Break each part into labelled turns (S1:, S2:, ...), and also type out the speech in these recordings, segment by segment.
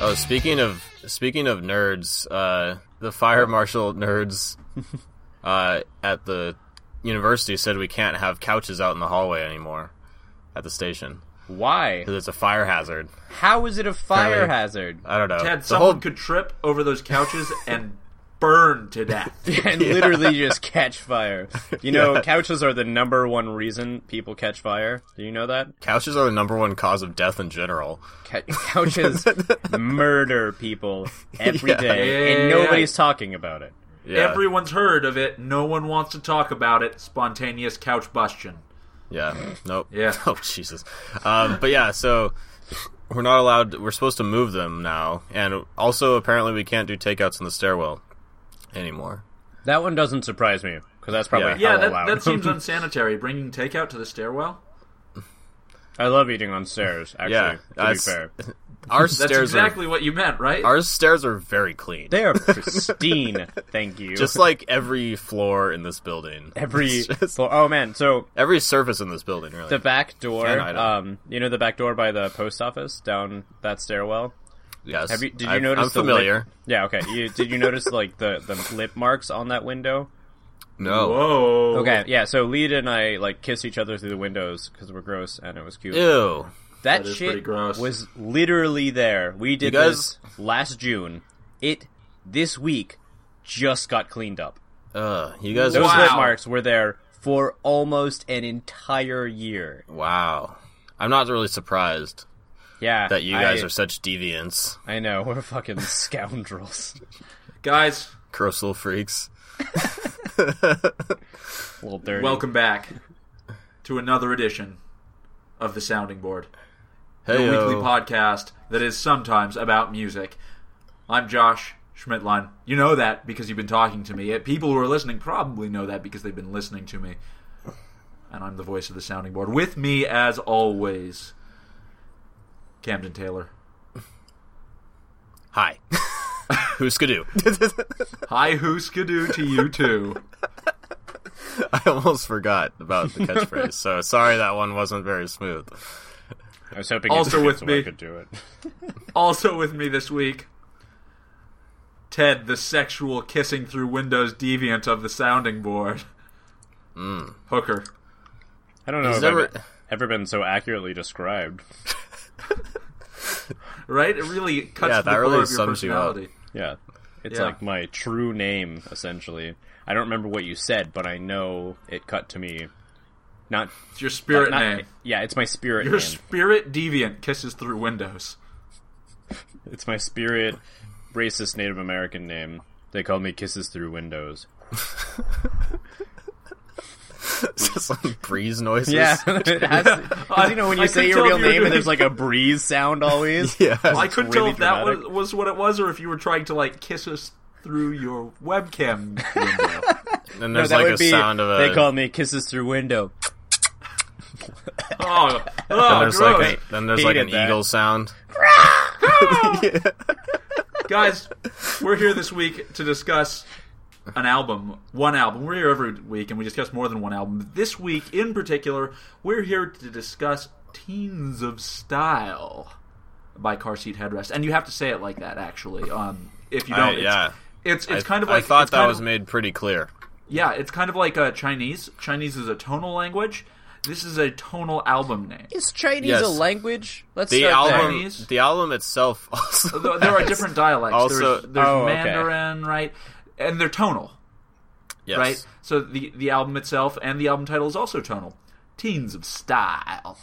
S1: Oh, speaking of speaking of nerds, uh, the fire marshal nerds uh, at the university said we can't have couches out in the hallway anymore at the station
S2: Why?
S1: because it's a fire hazard.
S2: How is it a fire
S1: Apparently-
S2: hazard?
S1: I don't know.
S3: Ted,
S1: the
S3: someone
S1: whole
S3: could trip over those couches and burn to death.
S2: and literally just catch fire. You know, couches are the number one reason people catch fire. Do you know that?
S1: couches are the number one cause of death in general.
S2: Ca- couches murder people every
S1: Yeah.
S2: day, and
S3: Yeah.
S2: nobody's talking about it.
S1: Yeah,
S3: Everyone's heard of it. No one wants to talk about it. Spontaneous couch bustion.
S1: yeah, nope.
S3: Yeah.
S1: Oh Jesus. Um, but yeah, so we're not allowed. We're supposed to move them now, and also apparently we can't do takeouts in the stairwell anymore.
S2: That one doesn't surprise me because that's probably
S1: Yeah.
S2: hell
S3: Yeah, that,
S2: allowed.
S3: that seems unsanitary. Bringing takeout to the stairwell.
S2: I love eating on stairs. Actually,
S1: Yeah,
S2: to be
S1: that's-
S2: fair,
S1: Our
S3: That's
S1: stairs
S3: exactly what you meant, right?
S1: are our stairs are very clean.
S2: they are pristine. thank you.
S1: just like every floor in this building,
S2: every
S1: It's just-
S2: floor. Oh man, so
S1: every surface in this building, really.
S2: the back door.
S1: And I don't-
S2: Um, you know the back door by the post office down that stairwell.
S1: yes.
S2: Have you? Did you
S1: I-
S2: notice?
S1: I'm
S2: the lip-
S1: familiar.
S2: yeah. Okay. You, did you notice like the the lip marks on that window?
S1: No.
S3: Whoa.
S2: Okay. Yeah. So Lita and I like kissed each other through the windows because we're gross and it was cute.
S1: Ew.
S2: that
S3: That is pretty
S2: shit
S3: gross.
S2: was literally there. We did
S1: You guys-
S2: this last June. It this week just got cleaned up.
S1: Ugh. You guys.
S2: Those
S1: Are,
S3: Wow.
S2: lip marks were there for almost an entire year.
S1: wow. I'm not really surprised
S2: Yeah.
S1: that you guys
S2: I,
S1: are such deviants,
S2: I know we're fucking scoundrels.
S3: guys,
S1: gross little freaks.
S2: Little dirty.
S3: welcome back to another edition of the Sounding Board, the
S1: Hey.
S3: weekly podcast that is sometimes about music. I'm Josh Schmidtline. You know that because you've been talking to me. Uh, People who are listening probably know that because they've been listening to me. And I'm the voice of the Sounding Board. With me, as always, Camden Taylor.
S1: Hi. Who's Skidoo?
S3: Hi, hooskadoo to you too.
S1: I almost forgot about the catchphrase, so sorry that one wasn't very smooth.
S2: I was hoping
S3: Also
S2: it
S3: with
S2: so I
S3: me.
S2: could do it.
S3: Also with me this week, Ted, the sexual kissing through windows deviant of the sounding board. Hooker.
S2: I don't know.
S1: He's
S2: if I've
S1: never-
S2: ever been so accurately described.
S3: Right? It really cuts
S1: Yeah,
S3: to
S1: that
S3: the core
S1: really
S3: of your
S1: sums you up.
S3: personality.
S2: Yeah. It's
S3: Yeah.
S2: like my true name, essentially. I don't remember what you said, but I know it cut to me. Not
S3: It's your spirit
S2: not-
S3: name.
S2: Yeah, it's my spirit
S3: Your
S2: name.
S3: spirit deviant kisses through windows.
S2: it's my spirit racist Native American name. They called me Kisses Through Windows.
S1: Some breeze noises.
S2: Yeah. it has- 'cause, you know, when you
S3: I
S2: say
S3: couldn't
S2: your real
S3: tell if you were
S2: name and there's
S3: doing-
S2: like a breeze sound always.
S1: Yeah.
S3: I couldn't tell
S2: really
S3: if that was,
S2: dramatic.
S3: was what it was or if you were trying to, like, kiss us through your webcam window.
S1: And
S2: No,
S1: there's
S2: that
S1: like
S2: would
S1: a
S2: be,
S1: sound of a.
S2: They called me Kisses Through Window.
S3: oh,
S1: then
S3: oh
S1: there's
S3: gross.
S1: like a, then there's like an
S2: Hated that.
S1: eagle sound.
S3: guys we're here this week to discuss an album one album we're here every week and we discuss more than one album this week in particular we're here to discuss teens of style by car seat headrest and you have to say it like that actually um, if you
S1: I-
S3: don't
S1: yeah.
S3: it's, it's, it's
S1: I-
S3: kind of
S1: I
S3: like
S1: thought
S3: it's
S1: that
S3: kind
S1: was
S3: of,
S1: made pretty clear.
S3: yeah it's kind of like uh, chinese chinese is a tonal language this is a tonal album name
S2: Is Chinese
S1: Yes.
S2: a language? Let's
S1: The
S2: start there.
S1: album,
S3: Chinese?
S1: the album itself also.
S3: Th- there are
S1: has-
S3: different dialects
S1: Also-
S3: there's, there's
S2: Oh, okay.
S3: mandarin right and they're tonal
S1: yes.
S3: right? So the the album itself and the album title is also tonal. Teens of Style,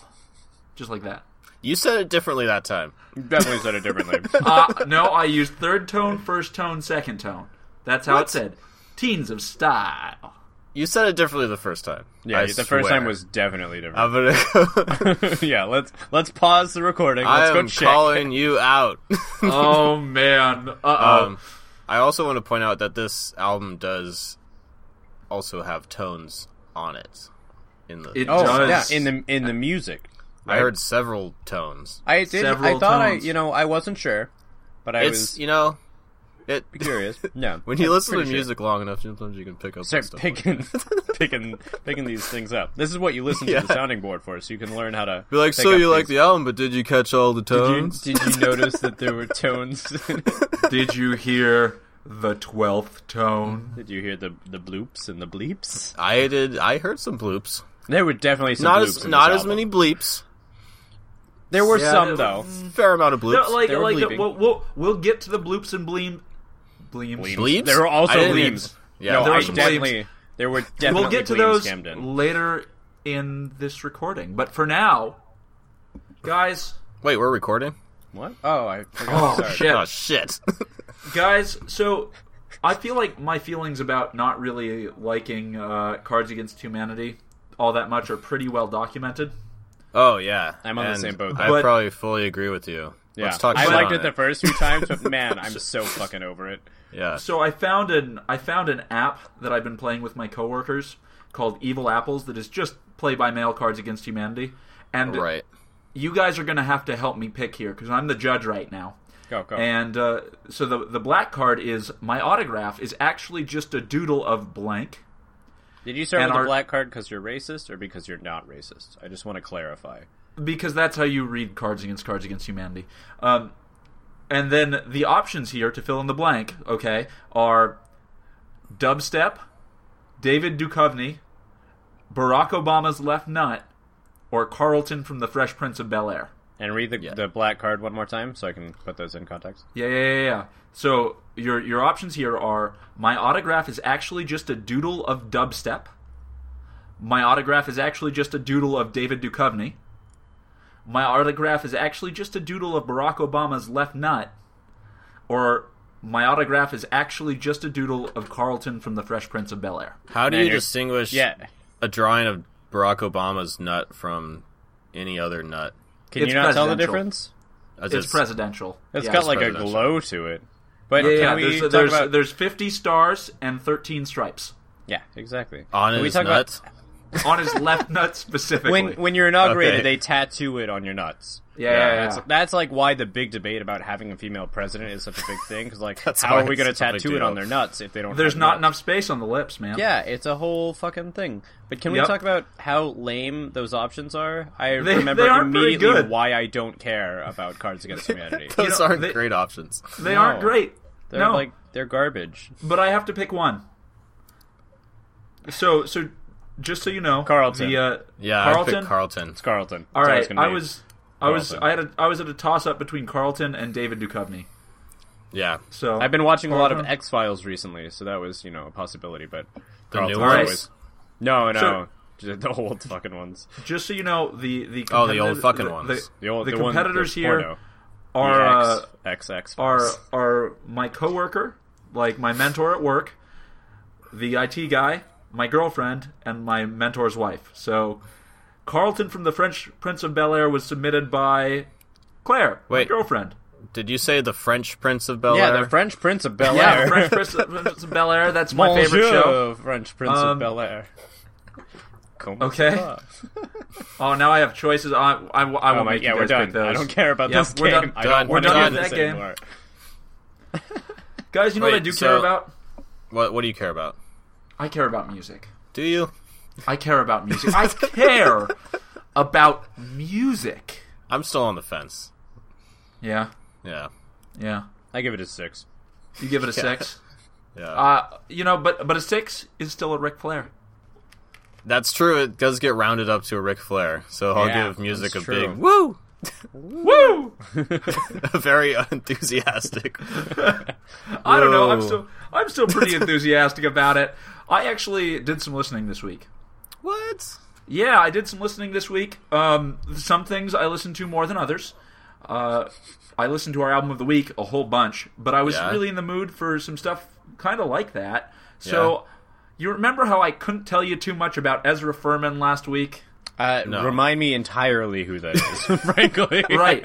S3: just like that.
S1: You said it differently that time.
S2: Definitely said it differently.
S3: Uh, no, I used third tone, first tone, second tone. That's how it said. Teens of Style.
S1: You said it differently the first time.
S2: Yeah,
S1: I
S2: the first
S1: swear.
S2: time was definitely different.
S1: I'm gonna. go-
S2: yeah, let's let's pause the recording.
S1: I
S2: Let's go
S1: am
S2: check.
S1: calling you out.
S3: Oh man. Uh oh.
S1: um, I also want to point out that this album does also have tones on it. In the,
S3: It
S2: Oh,
S3: does.
S2: yeah, in the in the music.
S1: I heard several tones.
S2: I did. I
S3: Several
S2: thought I,
S3: tones.
S2: you know, I wasn't sure, but I
S1: it's
S2: was.
S1: you know, It
S2: Be curious. No.
S1: when you
S2: I'm
S1: listen to
S2: pretty sure.
S1: music long enough, sometimes you can pick up on
S2: start
S1: stuff. like
S2: picking, picking, picking these things up. This is what you listen to
S1: Yeah.
S2: the sounding board for, so you can learn how to.
S1: Be like,
S2: pick
S1: so
S2: up
S1: you like
S2: things."
S1: the album, but did you catch all the tones?
S2: Did you, did you notice that there were tones?
S3: Did you hear the twelfth tone?
S2: did you hear the the bloops and the bleeps?
S1: I did. I heard some bloops.
S2: There were definitely some
S1: not
S2: bloops
S1: as
S2: in
S1: not
S2: this
S1: as
S2: album.
S1: many bleeps.
S2: There were
S1: Yeah,
S2: some
S1: it
S2: though.
S1: Fair amount of
S3: No,
S1: bloops.
S3: like,
S2: They were
S3: like
S2: bleeping.
S3: we'll, we'll we'll get to the bloops and bleem, bleems.
S1: Bleeps?
S2: There were also
S1: I didn't even-
S2: bleeps.
S1: Yeah.
S2: no,
S1: There
S2: I
S1: were
S3: some bleeps.
S2: definitely. There were definitely
S3: We'll get to
S2: bleeps
S3: those
S2: jammed in.
S3: later in this recording, but for now, guys,
S1: Wait, we're recording.
S2: What? Oh, I forgot.
S3: oh
S2: Sorry.
S3: shit,
S1: Oh shit!
S3: guys. So I feel like my feelings about not really liking uh, Cards Against Humanity all that much are pretty well documented.
S1: oh yeah,
S2: I'm on the
S1: And
S2: same boat,
S1: I
S3: though.
S1: probably fully agree with you.
S2: Yeah.
S1: Let's talk.
S2: I
S1: shit
S2: liked
S1: on
S2: it the first few times, but man, I'm so fucking over it.
S1: Yeah.
S3: So I found an I found an app that I've been playing with my coworkers called Evil Apples that is just play by mail Cards Against Humanity, and
S1: Right.
S3: you guys are going to have to help me pick here because I'm the judge right now.
S2: Go go.
S3: And uh, so the the black card is my autograph is actually just a doodle of blank.
S2: Did you start
S3: and
S2: with
S3: our-
S2: the black card because you're racist or because you're not racist? I just want to clarify.
S3: because that's how you read Cards Against Cards Against Humanity. Um, and then the options here to fill in the blank, okay, are dubstep, David Duchovny, Barack Obama's left nut, or Carlton from The Fresh Prince of Bel Air.
S2: And read the, the black card one more time so I can put those in context.
S3: Yeah, yeah, yeah, yeah. So your your options here are my autograph is actually just a doodle of dubstep. My autograph is actually just a doodle of David Duchovny. My autograph is actually just a doodle of Barack Obama's left nut. Or my autograph is actually just a doodle of Carlton from The Fresh Prince of Bel Air.
S1: How do
S2: Man,
S1: you
S2: you're-
S1: distinguish
S2: Yeah.
S1: a drawing of Barack Obama's nut from any other nut?
S2: Can
S3: It's
S2: you not tell the
S3: presidential.
S2: difference?
S1: As
S3: It's presidential.
S2: It's
S3: Yeah.
S2: got like a
S1: presidential.
S2: glow to it. But
S3: yeah,
S2: can
S3: yeah.
S2: we
S3: There's,
S2: talk
S3: there's,
S2: about...
S3: there's 50 stars and 13 stripes
S2: Yeah, exactly.
S1: on
S2: can we
S1: his
S2: talk
S1: nut.
S3: on his left nut specifically.
S2: about when when you're inaugurated,
S1: Okay.
S2: they tattoo it on your nuts.
S3: yeah, yeah, yeah.
S2: That's, that's like why the big debate about having a female president is such a big thing. Because like,
S1: That's
S2: how
S1: why
S2: are we
S1: it's
S2: going to
S1: such a big
S2: tattoo it
S1: deal.
S2: on their nuts if they don't?
S3: There's
S2: have
S3: not
S2: nuts?
S3: enough space on the lips, man.
S2: Yeah, it's a whole fucking thing. But can
S3: Yep.
S2: we talk about how lame those options are? I
S3: They-
S2: remember
S3: they are pretty
S2: immediately
S3: good.
S2: why I don't care about Cards Against Humanity.
S1: Those
S3: know,
S1: aren't
S3: they-
S1: great options.
S3: They
S2: No.
S3: aren't great.
S2: They're
S3: no,
S2: like they're garbage.
S3: but I have to pick one. So, so just so you know,
S2: Carlton.
S3: The, uh,
S1: Yeah, I
S3: Carlton.
S1: picked Carlton.
S2: It's Carlton.
S3: All
S2: That's how it's
S3: right,
S2: gonna
S3: I
S2: be.
S3: was, I was,
S2: Carlton.
S3: I had, a, I was at a toss up between Carlton and David Duchovny.
S1: Yeah,
S3: So
S2: I've been watching a lot of
S3: Carlton.
S2: X Files recently, so that was you know a possibility. But
S1: the
S2: Carlton's
S1: new
S3: ones?
S2: always- No, no,
S3: So-
S2: just the old fucking ones.
S3: just so you know, the the
S1: Oh, the old
S3: competitive-
S1: fucking
S3: the-
S1: ones.
S2: The old
S3: The
S2: the one- the
S3: competitors here
S2: porno.
S3: the are uh,
S2: the X X
S3: are
S2: Files.
S3: are my coworker, like my mentor at work, the IT guy, my girlfriend, and my mentor's wife. So, Carlton from the French Prince of Bel Air was submitted by Claire,
S1: Wait.
S3: my girlfriend.
S1: Did you say the French Prince of Bel Air?
S2: yeah, the French Prince of Bel Air.
S3: Yeah, French Prince Prince of Bel Air. That's my
S2: Bonjour,
S3: favorite show.
S2: French Prince
S3: Um,
S2: of Bel Air. Como
S3: okay.
S2: ça?
S3: Oh, now I have choices. I I, I
S2: Oh
S3: won't
S2: my,
S3: make
S2: yeah,
S3: you
S2: we're
S3: guys
S2: done.
S3: pick those.
S2: I don't care about
S3: Yeah,
S2: this
S3: we're
S2: game.
S3: done.
S2: I
S1: Done.
S2: don't
S1: We're
S2: want to
S1: done
S2: do
S1: with
S2: this
S3: that game.
S2: anymore.
S3: Guys, you know what I
S1: Wait,
S3: do
S1: so-
S3: care about?
S1: What What do you care about?
S3: I care about music.
S1: Do you?
S3: I care about music. I care about music.
S1: I'm still on the fence.
S3: Yeah,
S1: Yeah,
S3: yeah.
S2: I give it a six.
S3: You give it a six.
S1: yeah.
S3: Uh, you know, but but a six is still a Ric Flair.
S1: That's true. It does get rounded up to a Ric Flair, so I'll
S2: Yeah,
S1: give music a
S2: that's true.
S1: big woo,
S3: Woo!
S1: a very enthusiastic.
S3: I don't know. I'm
S1: Whoa.
S3: still I'm still pretty enthusiastic about it. I actually did some listening this week.
S1: what?
S3: Yeah, I did some listening this week. Um, some things I listened to more than others. Uh, I listened to our album of the week a whole bunch, but I was
S1: Yeah.
S3: really in the mood for some stuff kind of like that. So, you remember how I couldn't tell you too much about Ezra Furman last week?
S2: Uh,
S1: No.
S2: Remind me entirely who that is, frankly.
S3: Right.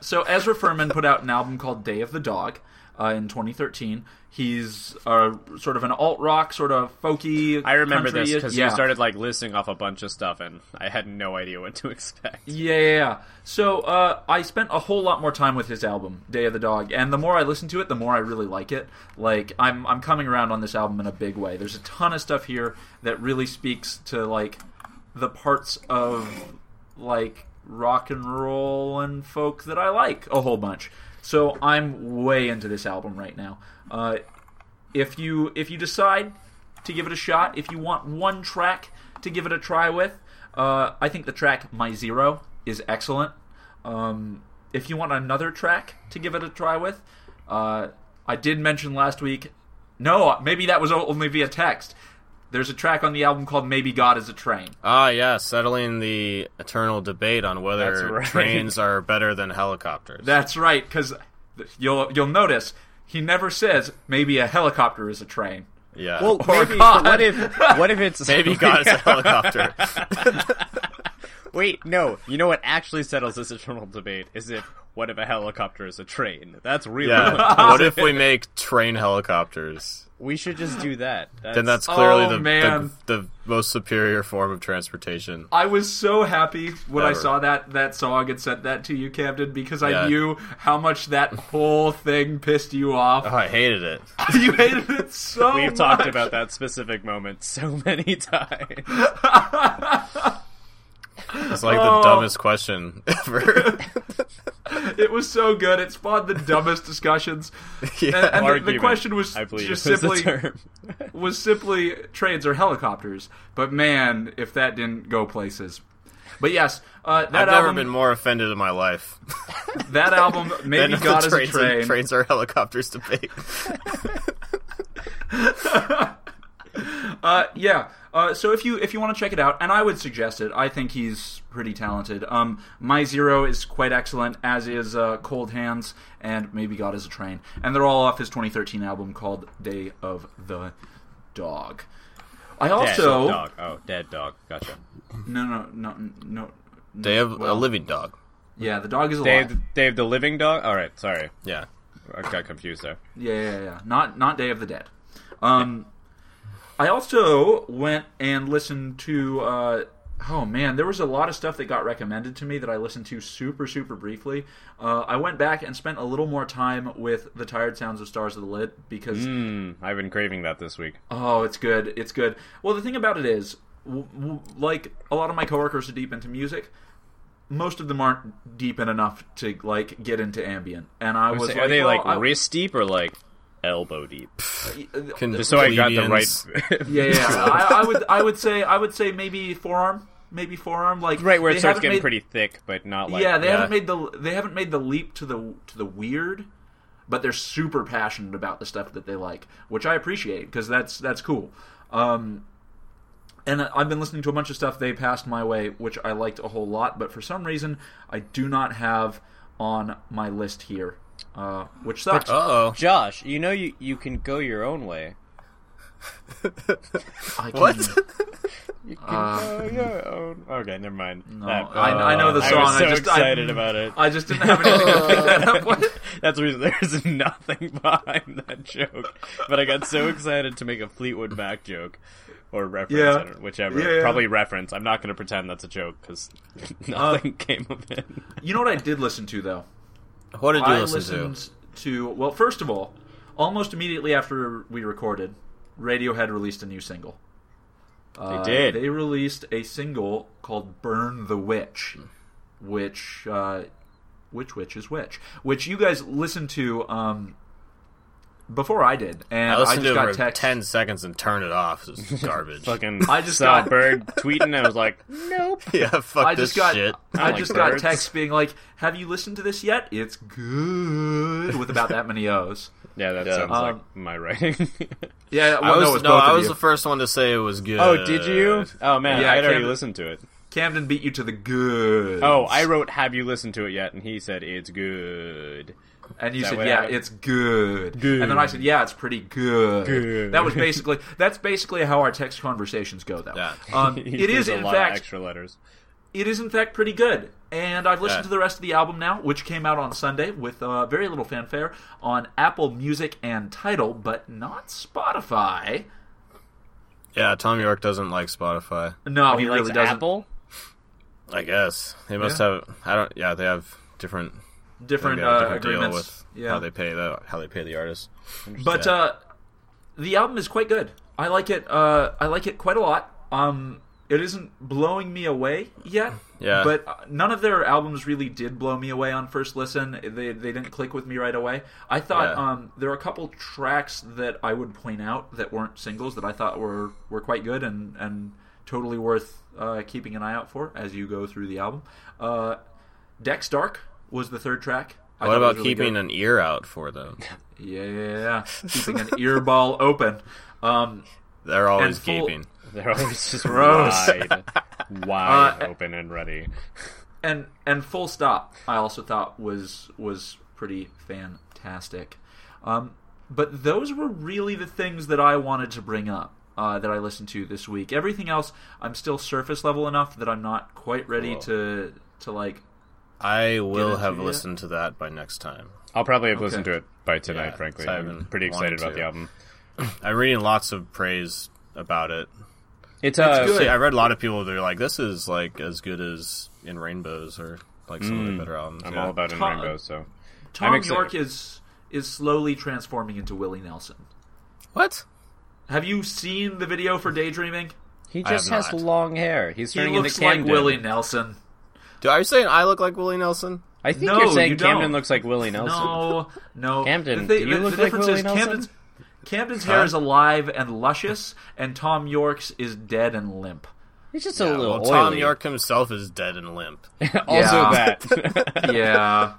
S3: so Ezra Furman put out an album called Day of the Dog. uh, in 2013. He's uh, sort of an alt rock, sort of folky.
S2: I remember this
S3: country-ish-
S2: because
S3: yeah.
S2: you started like listing off a bunch of stuff, and I had no idea what to expect.
S3: Yeah, yeah, yeah. So uh, I spent a whole lot more time with his album, Day of the Dog, and the more I listen to it, the more I really like it. Like I'm I'm coming around on this album in a big way. There's a ton of stuff here that really speaks to like the parts of like rock and roll and folk that I like a whole bunch. So I'm way into this album right now. Uh, if you if you decide to give it a shot, if you want one track to give it a try with, uh, I think the track My Zero is excellent. Um, if you want another track to give it a try with, uh, I did mention last week. No, maybe that was o- only via text. There's a track on the album called "Maybe God Is a Train."
S1: Ah, yeah, settling the eternal debate on
S2: That's
S1: whether
S2: right.
S1: trains are better than helicopters.
S3: That's right, because you'll you'll notice he never says maybe a helicopter is a train.
S1: yeah.
S2: Well,
S3: Or
S2: maybe,
S3: God.
S2: what if what if it's
S1: Maybe God is a helicopter.
S2: Wait, no. You know what actually settles this eternal debate is if what if a helicopter is a train? That's really
S1: Yeah. what if we make train helicopters?
S2: we should just do that. That's,
S1: Then that's clearly
S3: Oh,
S1: the, the
S3: man.
S1: the most superior form of transportation.
S3: I was so happy when I
S1: Ever.
S3: saw that that song and sent that to you, Camden, because I
S1: Yeah.
S3: knew how much that whole thing pissed you
S1: Oh,
S3: off.
S1: I hated it.
S3: you hated it so.
S2: we've talked
S3: much.
S2: about that specific moment so many times.
S1: It's like
S3: Oh.
S1: the dumbest question ever.
S3: It was so good. It spawned the dumbest discussions.
S1: yeah.
S3: And the- the
S2: Argument,
S3: question was
S2: I believe,
S3: just
S2: was
S3: simply-
S2: the term.
S3: was simply trains or helicopters. But man, if that didn't go places. But yes, uh, that
S1: I've never
S3: album.
S1: been more offended in my life
S3: That album,
S1: than
S3: maybe
S1: the
S3: God is a
S1: trains, and
S3: train.
S1: trains are helicopters debate.
S3: Uh, yeah. Uh, so if you if you want to check it out, and I would suggest it. I think he's pretty talented. Um, My Zero is quite excellent, as is uh, Cold Hands and Maybe God is a Train, and they're all off his 2013 album called Day of the Dog. I also
S2: dead dog. Oh, dead dog. Gotcha.
S3: no no no no. no
S1: They have a
S3: well,
S1: living dog.
S3: Yeah, the dog is alive.
S2: Dave, Dave, the living dog. All right, sorry,
S1: Yeah.
S2: I got confused there.
S3: Yeah, yeah, yeah. Not not Day of the Dead. Um, I also went and listened to. Uh, oh man, there was a lot of stuff that got recommended to me that I listened to super super briefly. Uh, I went back and spent a little more time with the Tired Sounds of Stars of the Lid because
S2: Hmm, I've been craving that this week.
S3: Oh, it's good. It's good. Well, the thing about it is, w- w- like a lot of my coworkers are deep into music. Most of them aren't deep in enough to like get into ambient, and I was
S2: So
S3: like,
S2: are they
S3: well,
S2: like
S3: I-
S2: wrist deep or like elbow deep?
S1: Can,
S2: Just so I got the
S1: plebeians-
S2: right.
S3: Yeah, yeah. I, I would, I would say, I would say maybe forearm, maybe forearm, like
S2: Right where it
S3: they
S2: starts
S3: haven't
S2: getting
S3: made-
S2: pretty thick, but not like
S3: yeah, they
S1: yeah.
S3: haven't made the, they haven't made the leap to the to the weird, but they're super passionate about the stuff that they like, which I appreciate because that's that's cool. Um, and I- I've been listening to a bunch of stuff they passed my way, which I liked a whole lot, but for some reason I do not have on my list here, uh, which sucks.
S1: Uh-oh.
S2: Josh, you know you, you can go your own way.
S3: I can-
S1: What?
S2: You can go your own. Okay, never mind. No,
S3: I- I know the
S2: I
S3: song,
S2: was so
S3: I just- I-
S2: excited about it.
S3: I just didn't have anything to pick that up with.
S2: That's the reason there's nothing behind that joke. But I got so excited to make a Fleetwood Mac joke or reference,
S3: Yeah.
S2: I don't- whichever.
S3: Yeah, yeah.
S2: Probably reference. I'm not going to pretend that's a joke because
S3: Uh.
S2: nothing came of it.
S3: You know what I did listen to though?
S1: What did you
S3: I
S1: listen to?
S3: listened to? well, first of all, almost immediately after we recorded, Radiohead released a new single. Uh,
S2: did.
S3: They released a single called "Burn the Witch,"
S1: Hmm.
S3: which uh, which witch is which, which you guys listened to um, before I did, and
S1: I
S3: I,
S1: listened
S3: just
S1: to
S3: got
S1: it for
S3: text.
S1: ten seconds and turned it off. It was garbage.
S2: Fucking
S3: I just
S2: saw
S3: got-
S2: Bird tweeting. I was like, nope.
S1: yeah, fuck
S3: I
S1: this
S3: just got
S1: shit.
S3: I
S2: like
S3: just got
S2: birds.
S3: text being like, "Have you listened to this yet? It's good," with about that many O's.
S2: Yeah, that
S1: Yeah.
S2: sounds
S3: Um,
S2: like my writing.
S3: Yeah, well,
S1: I was
S3: no, it was
S1: no,
S3: both of
S1: I was
S3: you.
S1: the first one to say it was good.
S2: oh, did you? Oh man,
S3: Yeah,
S2: I had already
S3: Cam-
S2: listened to it.
S3: Camden beat you to the good.
S2: Oh, I wrote, "Have you listened to it yet?" And he said, "It's good."
S3: and you
S2: that
S3: said,
S2: what
S3: "Yeah,
S2: happened?
S3: it's good.
S2: Good.
S3: And then I said, "Yeah, it's pretty good."
S2: Good.
S3: That was basically that's basically how our text conversations go, though.
S1: Yeah.
S3: Um,
S2: He
S3: it is
S2: threw a
S3: in
S2: lot of
S3: fact
S2: extra letters.
S3: it is in fact pretty good. And I've listened
S1: Yeah.
S3: to the rest of the album now, which came out on Sunday with uh, very little fanfare on Apple Music and Tidal, but not Spotify.
S1: Yeah, Tom York doesn't like Spotify.
S3: No,
S2: he
S3: Oh, he
S2: likes
S3: really doesn't.
S2: Apple.
S1: I guess they must have. I don't. Yeah, they have different. they
S3: Different,
S1: got a
S3: uh,
S1: different deal
S3: agreements.
S1: with
S3: yeah.
S1: how they pay the how they pay the artists.
S3: But uh, the album is quite good. I like it. Uh, I like it quite a lot. Um, it isn't blowing me away yet.
S1: Yeah.
S3: But uh, none of their albums really did blow me away on first listen. They they didn't click with me right away. I thought
S1: Yeah.
S3: um, there were a couple tracks that I would point out that weren't singles that I thought were were quite good and and totally worth uh, keeping an eye out for as you go through the album. Uh, Dex Dark was the third track. I
S1: What
S3: thought it was
S1: about
S3: really
S1: keeping
S3: good.
S1: an ear out for them?
S3: Yeah, keeping an earball open. Um,
S1: They're always
S3: And full-
S1: keeping.
S2: They're always just
S3: Gross.
S2: wide, wide
S3: Uh,
S2: open and ready.
S3: and and full stop. I also thought was was pretty fantastic. Um, but those were really the things that I wanted to bring up uh, that I listened to this week. Everything else, I'm still surface level enough that I'm not quite ready
S2: Cool.
S3: to to like.
S1: I will
S3: it
S1: have
S3: to you.
S1: listened to that by next time.
S2: I'll probably have listened to it by tonight.
S1: Yeah,
S2: frankly,
S1: so I've
S2: I'm
S1: been
S2: pretty
S1: wanting
S2: excited about the
S1: to.
S2: album.
S1: I'm reading lots of praise about it.
S2: It's uh,
S3: good.
S1: See, I read a lot of people that are like, "This is like as good as In Rainbows" or like some of the better albums.
S2: Mm, I'm
S1: yeah.
S2: all about in
S3: Tom-
S2: rainbow. So
S3: Tom
S2: excited.
S3: York is is slowly transforming into Willie Nelson.
S1: what?
S3: Have you seen the video for Daydreaming?
S2: he
S1: I
S2: just
S1: have
S2: has
S1: not.
S2: long hair. He's
S3: He
S2: turning
S3: looks
S2: into
S3: like
S2: Camden.
S3: Willie Nelson.
S1: Do are you saying I look like Willie Nelson?
S2: I think
S3: No,
S2: you're saying
S3: you
S2: Camden
S3: don't.
S2: looks like Willie Nelson.
S3: No, no.
S2: Camden,
S3: the thi-
S2: do you
S3: the,
S2: look
S3: the
S2: like
S3: difference
S2: Willie
S3: is
S2: Nelson?
S3: Camden's, Camden's hair is alive and luscious, and Tom York's is dead and limp.
S2: He's just
S1: Yeah,
S2: a little
S1: well,
S2: oily.
S1: Tom York himself is dead and limp.
S2: also
S3: Yeah.
S2: that.
S3: Yeah,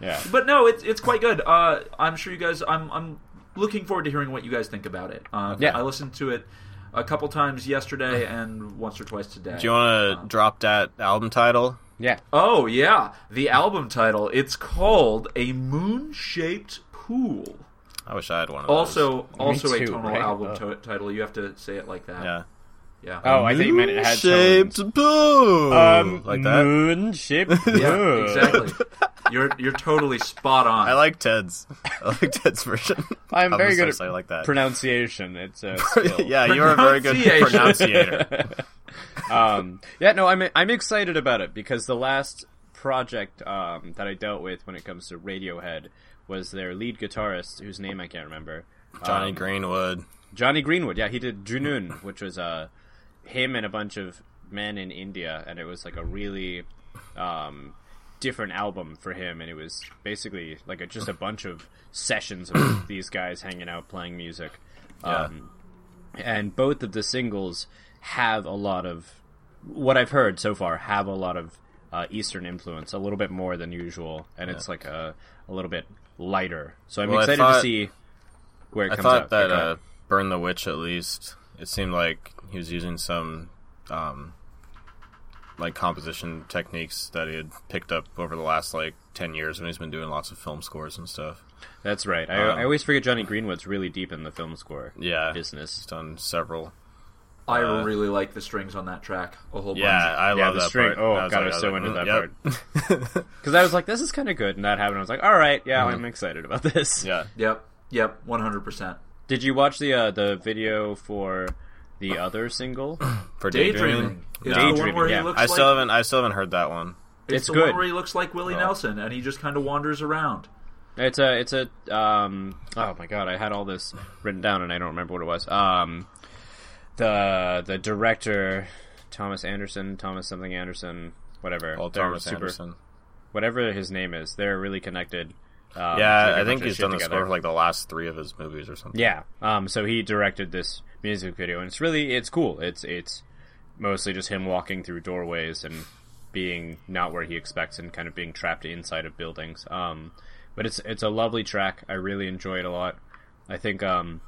S2: yeah.
S3: but no, it's it's quite good. Uh, I'm sure you guys. I'm I'm looking forward to hearing what you guys think about it. Um,
S2: Yeah. Mm.
S3: I listened to it a couple times yesterday and once or twice today.
S1: Do you want to drop that album title?
S2: Yeah.
S3: oh yeah, the album title. It's called A Moon Shaped Pool.
S1: I wish I had one of those.
S3: Also, also a
S2: too,
S3: tonal
S2: right?
S3: album
S2: Oh.
S3: to- title. You have to say it like that.
S1: yeah.
S3: Yeah.
S2: Oh, I think you meant it had
S1: shaped
S2: tones.
S1: boom
S2: Um,
S1: like that.
S2: Moon shaped.
S3: Yeah, exactly. You're you're totally spot on.
S1: I like Ted's. I like Ted's version.
S2: I'm very good
S1: so
S2: at
S1: I like that.
S2: pronunciation. It's uh, a skill.
S1: yeah, you're a very good
S3: Pronunciation.
S1: pronunciator.
S2: um, yeah, no, I'm I'm excited about it because the last project um, that I dealt with when it comes to Radiohead was their lead guitarist, whose name I can't remember,
S1: Johnny
S2: Um,
S1: Greenwood.
S2: Johnny Greenwood. Yeah, he did Junun, which was uh, him and a bunch of men in India, and it was like a really um, different album for him, and it was basically like a, just a bunch of sessions of these guys hanging out playing music. Um, and both of the singles have a lot of what I've heard so far have a lot of uh, Eastern influence, a little bit more than usual, and it's like a a little bit lighter. So I'm
S1: Well, I
S2: excited to
S1: thought-
S2: see where it
S1: I
S2: comes
S1: thought
S2: out.
S1: that
S2: Okay.
S1: uh, Burn the Witch, at least, it seemed like he was using some, um, like composition techniques that he had picked up over the last like ten years when he's been doing lots of film scores and stuff.
S2: That's right. I,
S1: Um,
S2: I always forget Johnny Greenwood's really deep in the film score
S1: Yeah, he's
S2: business.
S1: done several.
S3: I really like the strings on that track a whole bunch.
S1: Yeah, I
S2: yeah,
S1: love
S2: the
S1: that
S2: string.
S1: part.
S2: Oh
S1: I was
S2: god, I
S1: like-
S2: was so into that
S1: mm, yep.
S2: part because I was like, "This is kind of good," and that happened. I was like, "All right, yeah, I'm excited about this."
S1: Uh-huh. Yeah,
S3: Yep. Yep. One hundred percent.
S2: Did you watch the uh, the video for the other single?
S1: for
S3: Daydreaming.
S1: daydreaming.
S3: It's
S1: No.
S3: the one where
S2: yeah.
S3: he looks
S1: I
S3: like
S1: still haven't. I still haven't heard that one.
S3: it's,
S2: It's
S3: the
S2: good.
S3: one where he looks like Willie Nelson and he just kind of wanders around.
S2: It's a it's a um oh my god, I had all this written down and I don't remember what it was. Um the the director Thomas Anderson, Thomas something Anderson, whatever.
S1: Paul
S2: They're
S1: Thomas
S2: super-
S1: Anderson.
S2: Whatever his name is, they're really connected. Um,
S1: Yeah,
S2: so they
S1: I
S2: do a bunch
S1: think
S2: of
S1: he's
S2: shit
S1: done the
S2: together.
S1: score for like the last three of his movies or something.
S2: Yeah. Um. So he directed this music video, and it's really it's cool. It's it's mostly just him walking through doorways and being not where he expects, and kind of being trapped inside of buildings. Um. But it's it's a lovely track. I really enjoy it a lot. I think um,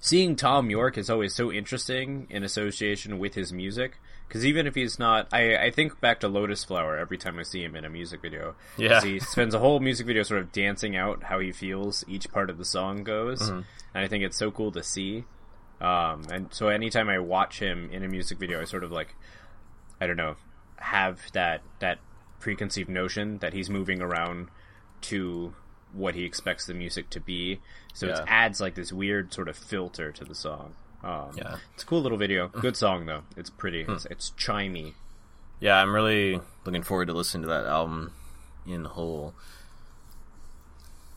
S2: seeing Tom York is always so interesting in association with his music. Because even if he's not, I, I think back to Lotus Flower every time I see him in a music video. 'Cause
S1: Yeah.
S2: he spends a whole music video sort of dancing out how he feels each part of the song goes, and I think it's so cool to see. Um, and so anytime I watch him in a music video, I sort of like, I don't know, have that that preconceived notion that he's moving around to what he expects the music to be. So it
S1: Yeah.
S2: adds like this weird sort of filter to the song. Um,
S1: Yeah.
S2: it's a cool little video. Good song though. It's pretty. It's, it's chimey.
S1: Yeah, I'm really looking forward to listening to that album in whole.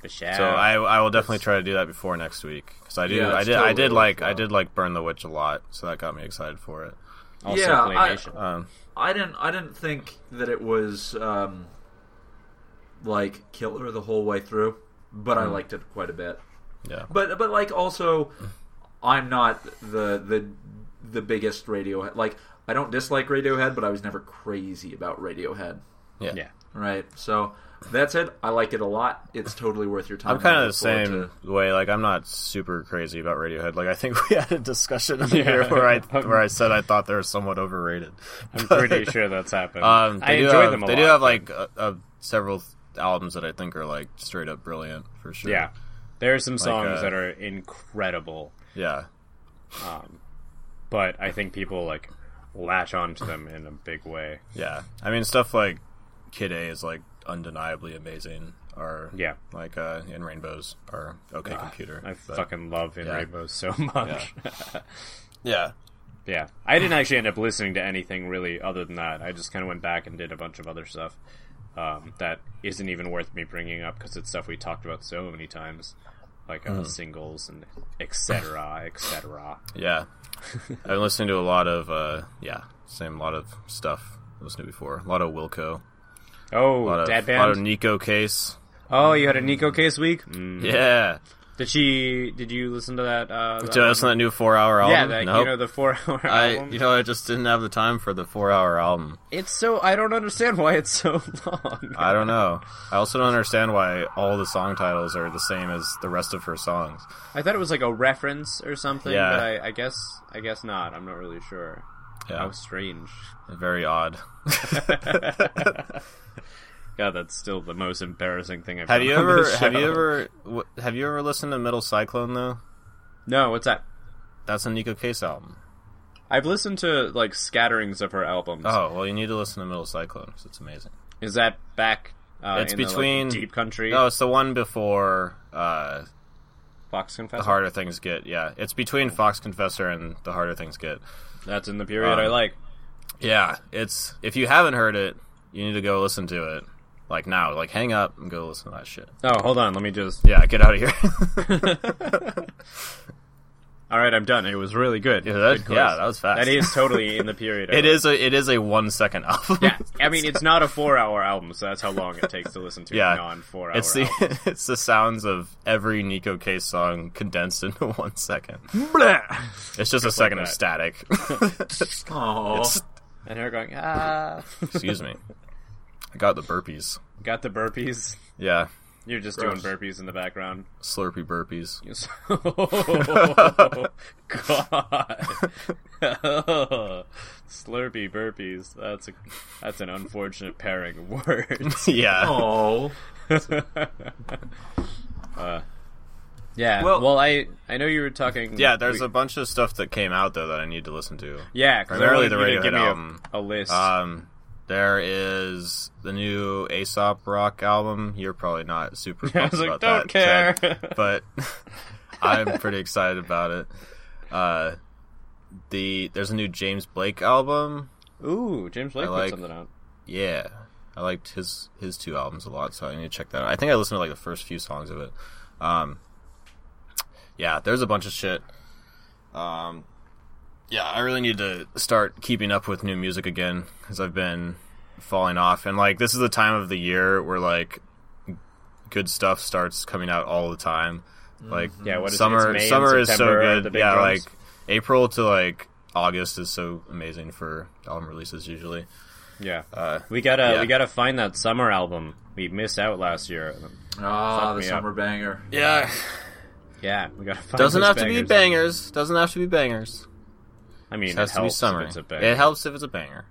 S2: The shadow.
S1: So I I will definitely try to do that before next week because I do
S3: Yeah,
S1: I
S3: it's
S1: did I did
S3: totally
S1: like
S3: worthwhile.
S1: I did like Burn the Witch a lot, so that got me excited for it.
S2: also
S3: Yeah,
S2: Play
S3: I-
S2: Nation.
S1: Um,
S3: I didn't. I didn't think that it was um, like killer the whole way through, but
S1: Hmm.
S3: I liked it quite a bit.
S1: yeah,
S3: But but like also, I'm not the the the biggest Radiohead. Like I don't dislike Radiohead, but I was never crazy about Radiohead.
S1: yeah,
S2: yeah.
S3: Right. So that's it. I like it a lot. It's totally worth your time.
S1: I'm kind
S3: I
S1: of
S3: look
S1: the
S3: forward
S1: same
S3: to-
S1: way. Like I'm not super crazy about Radiohead. Like I think we had a discussion in here where I where I said I thought they were somewhat overrated.
S2: I'm pretty sure that's happened.
S1: Um, they
S2: I
S1: do
S2: enjoy
S1: have,
S2: them a
S1: they
S2: lot.
S1: do have like uh, uh, several th- albums that I think are like straight up brilliant for sure.
S2: yeah. There are some songs
S1: uh,
S2: that are incredible,
S1: yeah,
S2: but I think people like latch onto them in a big way.
S1: yeah. I mean, stuff like Kid A is like undeniably amazing. Or
S2: Yeah.
S1: like uh, in Rainbows or OK Computer.
S2: I
S1: but-
S2: fucking love In
S1: yeah.
S2: Rainbows so much. Yeah.
S1: yeah,
S2: I didn't actually end up listening to anything really other than that. I just kind of went back and did a bunch of other stuff um, that isn't even worth me bringing up because it's stuff we talked about so many times, like
S1: Mm-hmm.
S2: uh, singles and etc. etc.
S1: yeah. I've been listening to a lot of uh, yeah, same lot of stuff I listened to before. A lot of Wilco, a
S2: Oh,
S1: lot of,
S2: dad
S1: a lot of
S2: band.
S1: Nico Case.
S2: Oh, you had a Nico case week. Mm.
S1: Yeah,
S2: Did she? Did you listen to that? Uh, that
S1: did I listen to that new four-hour album?
S2: yeah, that,
S1: Nope.
S2: you know the four-hour
S1: I
S2: album.
S1: you know I just didn't have the time for the four-hour album.
S2: it's so I don't understand why it's so long.
S1: I don't know. I also don't understand why all the song titles are the same as the rest of her songs.
S2: I thought it was like a reference or something,
S1: Yeah.
S2: but I, I guess I guess not. I'm not really sure.
S1: Yeah,
S2: How strange.
S1: very odd.
S2: Yeah, that's still the most embarrassing thing I've
S1: Have
S2: done
S1: you
S2: on
S1: ever
S2: this
S1: have
S2: show.
S1: you ever wh- have you ever listened to Metal Cyclone though?
S2: No, what's that?
S1: That's a Nico Case album.
S2: I've listened to like scatterings of her albums.
S1: Oh well, you need to listen to Metal Cyclone 'cause it's amazing.
S2: Is that back? Uh,
S1: It's
S2: in the, like,
S1: between- Oh.
S2: deep country.
S1: No, it's the one before uh,
S2: Fox
S1: the
S2: Confessor.
S1: harder things get. Yeah, it's between Fox Confessor and the harder things get.
S2: That's in the period I
S1: Um,
S2: like.
S1: Yeah, it's if you haven't heard it, you need to go listen to it. Like now, like hang up and go listen to that shit.
S2: Oh, hold on. Let me just.
S1: Yeah, get out of here.
S2: All right, I'm done. It was really good.
S1: yeah, that,
S2: Good quiz.
S1: yeah, that was fast.
S2: That is totally in the period.
S1: It
S2: I like.
S1: is a it is a one second album.
S2: Yeah, I mean it's not a four-hour album, so that's how long it takes to listen to
S1: Yeah.
S2: a non-four-hour.
S1: It's the
S2: album.
S1: it's the sounds of every Nico Case song condensed into one second. It's just a second of
S2: that.
S1: static.
S3: Aw.
S2: and her going ah,
S1: Excuse me. I got the burpees.
S2: got the burpees.
S1: Yeah,
S2: You're just
S3: Gross.
S2: doing burpees in the background.
S1: slurpy burpees.
S2: Yes. oh, God, oh, slurpy burpees. That's a that's an unfortunate pairing of words.
S1: yeah.
S2: Oh,
S3: Aw.
S2: Uh, Yeah. Well,
S3: Well-
S2: I I know you were talking.
S1: Yeah, there's
S2: we-
S1: a bunch of stuff that came out though that I need to listen to.
S2: yeah. 'cause I
S1: primarily
S2: wanted
S1: the
S2: you to
S1: Radiohead
S2: give me a-
S1: album.
S2: A, list.
S1: Um, there is the new Aesop Rock album. You're probably not super pumped
S2: I was like,
S1: about
S2: don't care.
S1: that, Chad, but I'm pretty excited about it. Uh, the there's a new James Blake album.
S2: Ooh, James Blake
S1: I
S2: put
S1: like-
S2: something out.
S1: Yeah, I liked his his two albums a lot, so I need to check that out. I think I listened to like the first few songs of it. Um, yeah, there's a bunch of shit. Um, yeah, I really need to start keeping up with new music again because I've been falling off, and like this is the time of the year where like good stuff starts coming out all the time. Like
S2: Yeah, what is it?
S1: summer
S2: It's May and
S1: summer is so
S2: September are the
S1: good.
S2: big
S1: Yeah,
S2: drums.
S1: like April to like August is so amazing for album releases usually.
S2: Yeah, we gotta
S1: uh, yeah.
S2: we gotta find that summer album we missed out last year.
S3: Ah, the
S2: me up.
S3: summer banger.
S1: Yeah,
S2: Yeah, we gotta find.
S1: Doesn't
S2: those
S1: have to be
S2: bangers.
S1: bangers. Doesn't have to be bangers.
S2: I
S1: It
S2: mean, it
S1: has
S2: helps
S1: to be summer.
S2: If it's a banger.
S1: It helps if it's a banger.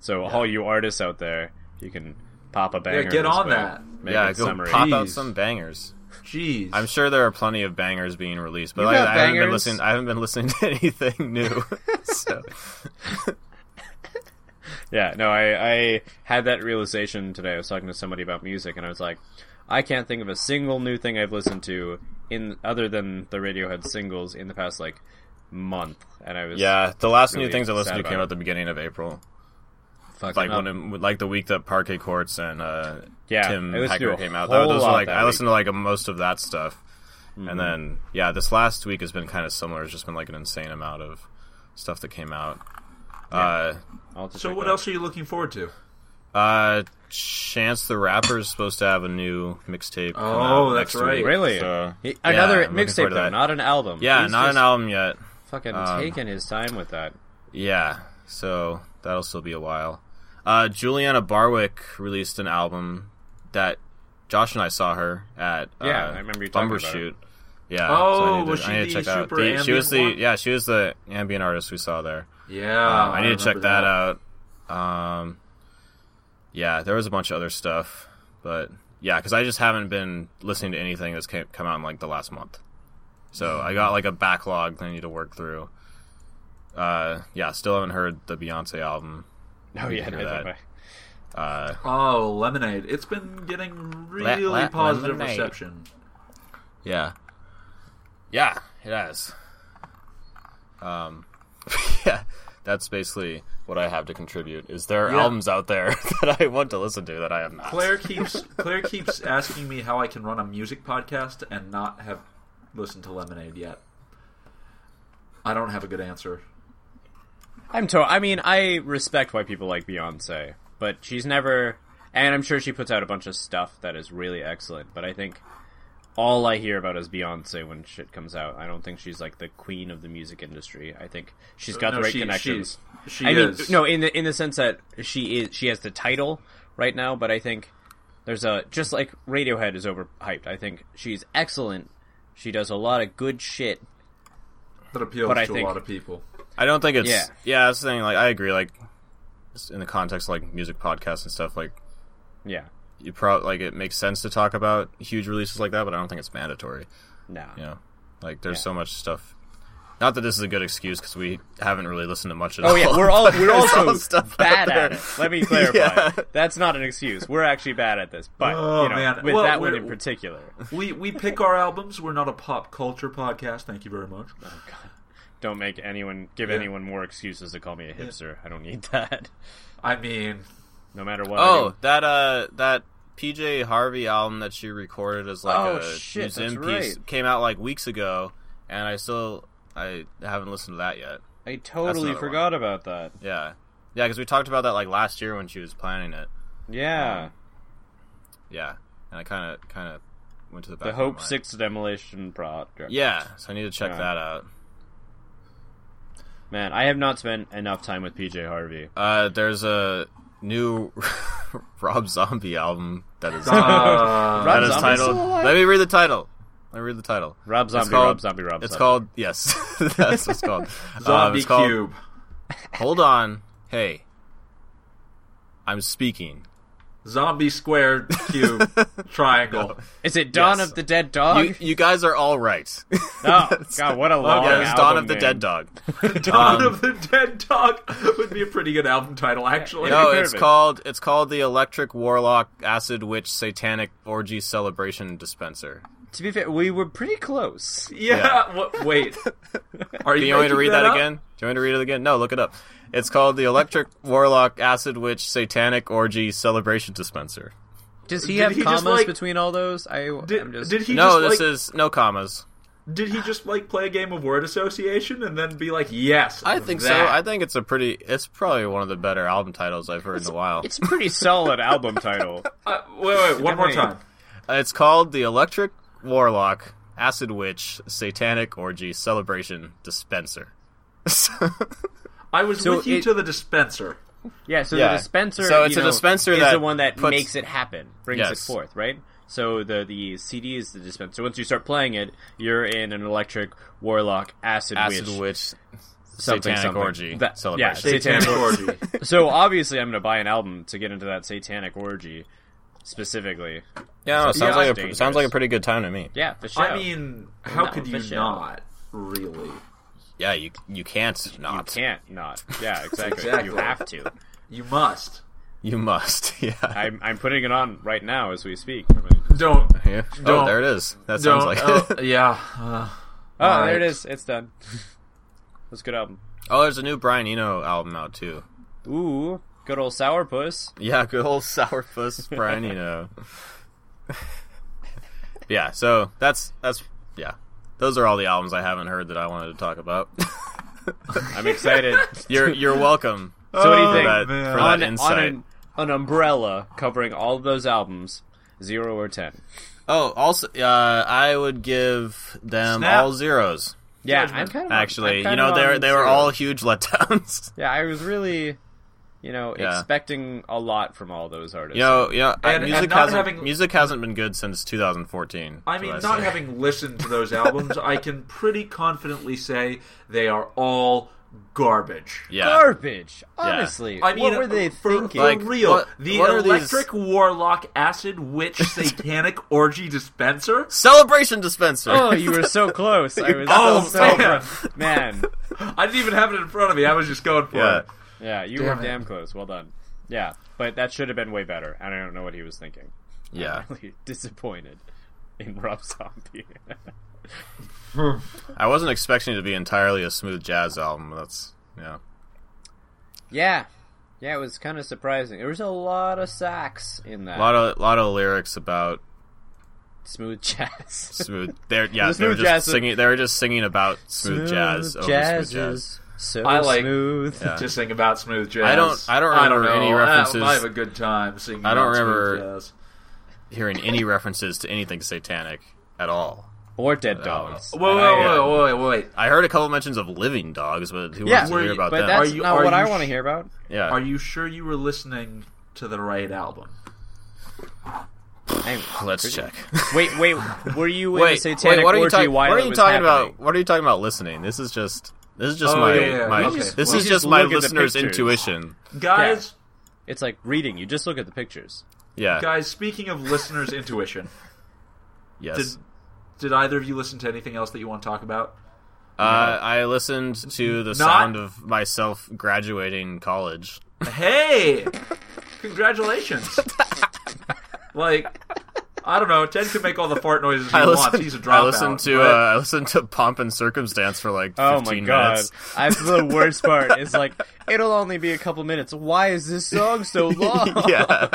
S2: So all you artists out there, you can pop a banger.
S3: Yeah, get
S2: this
S3: on
S2: way.
S3: that.
S2: Make
S1: yeah,
S2: it
S1: go
S2: summery.
S1: pop out
S3: Jeez.
S1: some bangers.
S3: Jeez.
S1: I'm sure there are plenty of bangers being released, but
S2: You
S1: I,
S2: got
S1: I haven't been
S2: bangers?
S1: listening. I haven't been listening to anything new. so
S2: Yeah, no, I, I had that realization today. I was talking to somebody about music, and I was like, I can't think of a single new thing I've listened to in other than the Radiohead singles in the past like month. And I was
S1: Yeah, the last
S2: really
S1: new things I
S2: sad
S1: listened to came
S2: about
S1: out
S2: it.
S1: at the beginning of April.
S2: fucking
S1: Like
S2: up.
S1: when it, like the week that Parquet Courts and uh,
S2: Yeah,
S1: Tim
S2: I listened to
S1: Hacker
S2: a
S1: came out.
S2: whole
S1: those were
S2: lot
S1: like
S2: that
S1: I
S2: week. Mm-hmm.
S1: listened to like most of that stuff, and then yeah, this last week has been kind of similar. It's just been like an insane amount of stuff that came out. Uh,
S2: I'll have to
S3: So
S2: check
S3: what
S2: that.
S3: else are you looking forward to?
S1: Uh, Chance the Rapper is supposed to have a new mixtape. come
S3: Oh,
S1: out
S3: that's
S1: next
S3: right.
S1: week,
S2: Really?
S1: so-
S2: He- another
S1: I'm looking forward
S2: mixtape
S1: to
S2: though,
S1: that.
S2: not an album.
S1: yeah,
S2: He's
S1: not an
S2: just
S1: um, album yet.
S2: Fucking taking his time with that.
S1: Yeah, so that'll still be a while. Uh, Juliana Barwick released an album that Josh and I saw her at.
S2: Yeah,
S1: uh,
S2: I remember you talking about
S1: Bumbershoot.
S2: it.
S1: Yeah.
S3: Oh,
S1: I need to-
S3: was
S1: I
S3: she
S1: need to
S3: the
S1: check out
S3: super
S1: the- She was
S3: ambient
S1: the
S3: one?
S1: yeah, she was the ambient artist we saw there.
S3: Yeah,
S1: Um, I need to check
S3: Uh, remember
S1: that, out. Um, yeah, there was a bunch of other stuff, but yeah, because I just haven't been listening to anything that's came, come out in like the last month. So I got like a backlog that I need to work through. Uh, yeah, still haven't heard the Beyonce album.
S2: Oh yeah,
S1: hear
S2: neither
S1: that.
S2: have I.
S1: Uh,
S3: Oh, Lemonade. It's been getting really
S1: le-
S3: positive
S1: Lemonade.
S3: reception.
S1: yeah, yeah, it has. Um, yeah, that's basically what I have to contribute. Is there are
S3: Yeah.
S1: albums out there that I want to listen to that I have not?
S3: Claire keeps Claire keeps asking me how I can run a music podcast and not have listened to Lemonade yet. I don't have a good answer.
S2: I'm to. I mean, I respect why people like Beyonce, but she's never. And I'm sure she puts out a bunch of stuff that is really excellent. But I think all I hear about is Beyonce when shit comes out. I don't think she's like the queen of the music industry. I think she's got
S3: No,
S2: the right
S3: she-
S2: connections.
S3: she's- she
S2: I
S3: is.
S2: mean, no, in the in the sense that she is she has the title right now, but I think there's a just like Radiohead is overhyped. I think she's excellent. She does a lot of good shit,
S3: That appeals
S2: But I
S3: to
S2: think-
S3: a lot of people.
S1: I don't think it's yeah.
S2: Yeah.
S1: that's the thing. Like I agree. Like just in the context of, like music podcasts and stuff, like
S2: Yeah.
S1: you probably like it makes sense to talk about huge releases like that, but I don't think it's mandatory.
S2: No.
S1: You know, like there's so much stuff. Not that this is a good excuse because we haven't really listened to much at
S2: Oh
S1: all.
S2: yeah, we're all
S1: but
S2: we're
S1: there's
S2: also
S1: all stuff out
S2: bad
S1: there.
S2: at it. Let me clarify.
S1: Yeah.
S2: That's not an excuse. We're actually bad at this. But
S3: Oh,
S2: you know,
S3: man.
S2: with
S3: Well,
S2: that one
S3: we're-
S2: in particular,
S3: We we pick our albums. We're not a pop culture podcast. Thank you very much.
S2: don't make anyone give anyone more excuses to call me a hipster. I don't need that.
S3: I mean,
S2: No matter what. I
S1: Oh,
S2: do.
S1: that uh, that PJ Harvey album that you recorded as like
S2: Oh,
S1: a
S2: shit,
S1: museum
S2: that's
S1: piece
S2: right.
S1: came out like weeks ago, and I still I haven't listened to that yet.
S2: I totally
S1: another
S2: forgot about that.
S1: Yeah, yeah, because we talked about that like last year when she was planning it. Oh,
S2: Yeah,
S1: Yeah, and I kind of kind of went to the back.
S2: the
S1: of my
S2: Hope
S1: mind.
S2: Six Demolition Project.
S1: Yeah, so I need to check
S2: Yeah.
S1: that out.
S2: man, I have not spent enough time with PJ Harvey.
S1: Uh, there's a new Rob Zombie album that is
S3: uh,
S1: that is
S2: Zombie's
S1: titled.
S2: still alive?
S1: Let me read the title. Let me read the title.
S2: Rob Zombie,
S1: called-
S2: Rob Zombie, Rob
S1: It's
S2: Zombie.
S1: called yes, that's what's called. Um,
S3: Zombie
S1: it's called-
S3: Cube.
S1: Hold on, hey, I'm speaking.
S3: Zombie Square Cube Triangle.
S2: Is it Dawn
S1: Yes.
S2: of the Dead Dog?
S1: You, you guys are all right.
S2: oh God, what a long
S1: yeah, it's Dawn
S2: album
S1: of the
S2: name.
S1: Dead Dog.
S3: Dawn of the Dead Dog would be a pretty good album title, actually.
S1: No,
S2: Have you heard
S1: it's
S2: of it?
S1: called it's called the Electric Warlock Acid Witch Satanic Orgy Celebration Dispenser.
S2: To be fair, we were pretty close.
S3: Yeah.
S1: Yeah.
S3: wha- wait. Are you,
S1: Do you want me to
S3: making
S1: read that,
S3: up?
S1: again? Do you want me to read it again? No, look it up. It's called the Electric Warlock Acid Witch Satanic Orgy Celebration Dispenser.
S2: Does he
S3: Did
S2: have
S3: he just,
S2: commas
S3: like-
S2: between all those? I
S3: Did,
S2: am just
S3: did he
S1: No,
S3: just
S1: this
S3: like,
S1: is no commas.
S3: did he just like play a game of word association and then be like, yes?
S1: I think so. I
S3: that.
S1: think it's a pretty. It's probably one of the better album titles I've heard in a while.
S2: It's a pretty solid album title.
S3: Uh, wait, wait, one more
S2: Definitely.
S3: time.
S1: Uh, It's called the Electric Warlock Acid Witch Satanic Orgy Celebration Dispenser.
S3: I was
S2: So
S3: with you
S2: it-
S3: to the dispenser.
S2: Yeah, so
S1: Yeah.
S2: the dispenser.
S1: So it's
S2: you
S1: a
S2: know,
S1: dispenser
S2: is
S1: that
S2: the one that
S1: puts-
S2: makes it happen, brings it
S1: Yes.
S2: forth, right? So the the CD is the dispenser. So once you start playing it, you're in an electric warlock acid,
S1: Acid
S2: witch,
S1: Witch
S2: something,
S1: Satanic
S2: something.
S1: Orgy
S2: That-
S1: Celebration.
S2: Yeah,
S3: Satanic orgy.
S2: so obviously, I'm going to buy an album to get into that satanic orgy specifically.
S1: Yeah, no, sounds
S2: yeah.
S1: like a,
S2: Dangerous.
S1: sounds like a pretty good time to me.
S2: Yeah, for sure.
S3: I mean, how
S2: No,
S3: could
S2: for
S3: you
S2: sure.
S3: not? Really?
S1: Yeah, you you can't not.
S2: can't not. Yeah, exactly.
S3: Exactly.
S2: You have to.
S3: You must.
S1: You must. Yeah.
S2: I'm I'm putting it on right now as we speak.
S3: Don't.
S1: Yeah. Oh,
S3: Don't-
S1: there it is. That sounds
S3: Don't.
S1: like
S3: oh,
S1: it.
S3: yeah. Uh,
S2: Oh,
S3: all
S2: there
S3: right.
S2: it is. It's done. That's a good album.
S1: Oh, there's a new Brian Eno album out too.
S2: Ooh, good old sourpuss.
S1: Yeah, good old sourpuss Brian Eno. yeah, so that's that's yeah. Those are all the albums I haven't heard that I wanted to talk about.
S2: I'm excited.
S1: You're you're welcome.
S2: so what do you
S3: Oh,
S2: think?
S1: man. For that
S2: on,
S1: insight.
S2: on an, an umbrella covering all of those albums, zero or ten.
S1: Oh, also, uh, I would give them
S3: Snap.
S1: all zeros.
S2: Yeah,
S3: Judgment.
S2: I'm kind of
S1: Actually,
S2: I'm
S1: you
S2: kind
S1: know
S2: of
S1: they were
S2: on
S1: they were
S2: zero.
S1: all huge letdowns.
S2: Yeah, I was really, you know,
S1: Yeah.
S2: expecting a lot from all those artists.
S1: you know, yeah.
S3: And-
S1: music
S3: and not
S1: hasn't
S3: having-
S1: music hasn't been good since 2014.
S3: I
S1: so
S3: mean,
S1: that's
S3: not
S1: it.
S3: having listened to those albums, I can pretty confidently say they are all garbage.
S1: yeah.
S2: garbage. Honestly,
S3: I mean,
S2: what were they
S3: for,
S2: thinking?
S3: For
S1: Like,
S3: real,
S1: what-
S3: the
S1: what are these-
S3: electric warlock acid witch satanic orgy dispenser.
S1: Celebration dispenser.
S2: oh, you were so close. I was
S3: Oh,
S2: so
S3: man.
S2: close. man.
S3: I didn't even have it in front of me. I was just going for
S1: yeah.
S3: it.
S2: Yeah, you
S3: Damn
S2: were
S3: it.
S2: damn close. Well done. Yeah, but that should have been way better. And I don't know what he was thinking.
S1: Yeah.
S2: Really disappointed in Rob Zombie.
S1: I wasn't expecting it to be entirely a smooth jazz album. That's yeah.
S2: yeah. Yeah, it was kind of surprising. There was a lot of sax in that
S1: A lot of lot of lyrics about
S2: smooth jazz.
S1: smooth. They're yeah.
S2: The
S1: They were
S2: smooth
S1: just
S2: jazz is-
S1: singing. They were just singing about smooth, jazz over
S2: jazz
S1: smooth jazz.
S2: is so
S3: I like-
S2: smooth.
S1: Yeah.
S3: Just sing about smooth jazz.
S1: I don't- I don't remember
S3: know.
S1: any references-
S3: I, I have a good time singing.
S1: I don't
S3: about smooth
S1: remember-
S3: jazz.
S1: Hearing any references to anything satanic at all.
S2: Or dead
S1: That
S2: dogs.
S1: was-
S3: Whoa,
S1: And I-
S3: whoa, whoa, wait, wait, wait.
S1: I heard a couple mentions of living dogs, but who
S2: Yeah,
S1: wants to
S3: Were
S1: hear
S3: you-
S1: about
S2: But
S1: them?
S2: that's
S3: Are you-
S2: not
S3: are
S2: what
S3: you
S2: I
S3: sh-
S2: want to hear about.
S1: yeah.
S3: Are you sure you were listening to the right album?
S2: Anyway,
S1: Let's check.
S2: wait, wait. Were you in the
S1: wait,
S2: satanic
S1: wait, what are you,
S2: orgy
S1: talking?
S2: while
S1: What are
S2: it
S1: you
S2: was
S1: talking
S2: happening?
S1: about? What are you talking about? Listening. This is just. This is just
S3: Oh,
S1: my.
S3: yeah, yeah,
S1: my
S3: we just-
S1: this
S3: we
S1: is
S2: just
S1: just my
S2: look at the
S1: listener's
S2: pictures.
S1: intuition.
S3: Guys,
S2: It's like reading. You just look at the pictures.
S1: Yeah.
S3: guys, speaking of listeners' intuition, did,
S1: yes.
S3: did either of you listen to anything else that you want to talk about?
S1: Uh, I listened to the sound of myself graduating college.
S3: Hey! Congratulations! like, I don't know, Ted can make all the fart noises he
S1: I
S3: wants.
S1: listened,
S3: He's a dropout.
S1: I listened to uh,
S3: but-
S1: I listened to Pomp and Circumstance for like 15
S2: Oh my god!
S1: minutes.
S2: I the worst part is like it'll only be a couple minutes. Why is this song so long?
S1: yeah.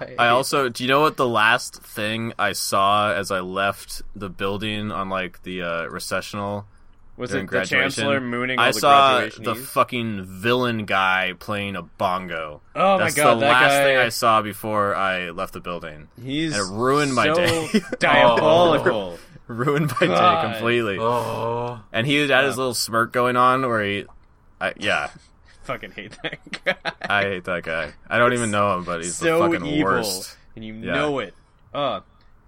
S2: I,
S1: I also do you know what the last thing I saw as I left the building on like the uh, recessional
S2: was
S1: during
S2: it the
S1: graduation?
S2: chancellor mooning.
S1: I
S2: all the
S1: saw the
S2: graduationees?
S1: fucking villain guy playing a bongo.
S2: Oh my
S1: That's
S2: God,
S1: the
S2: that
S1: last
S2: guy-
S1: thing I saw before I left the building.
S2: He's
S1: and it ruined my
S2: so
S1: day.
S2: diabolical.
S1: Ruined my
S2: God.
S1: day completely.
S3: oh.
S1: And he had his little smirk going on where he, I, yeah,
S2: Fucking hate that guy.
S1: I hate that guy. I don't even know him, but he's
S2: so
S1: the fucking
S2: evil,
S1: worst.
S2: and you
S1: Yeah.
S2: know it. Uh,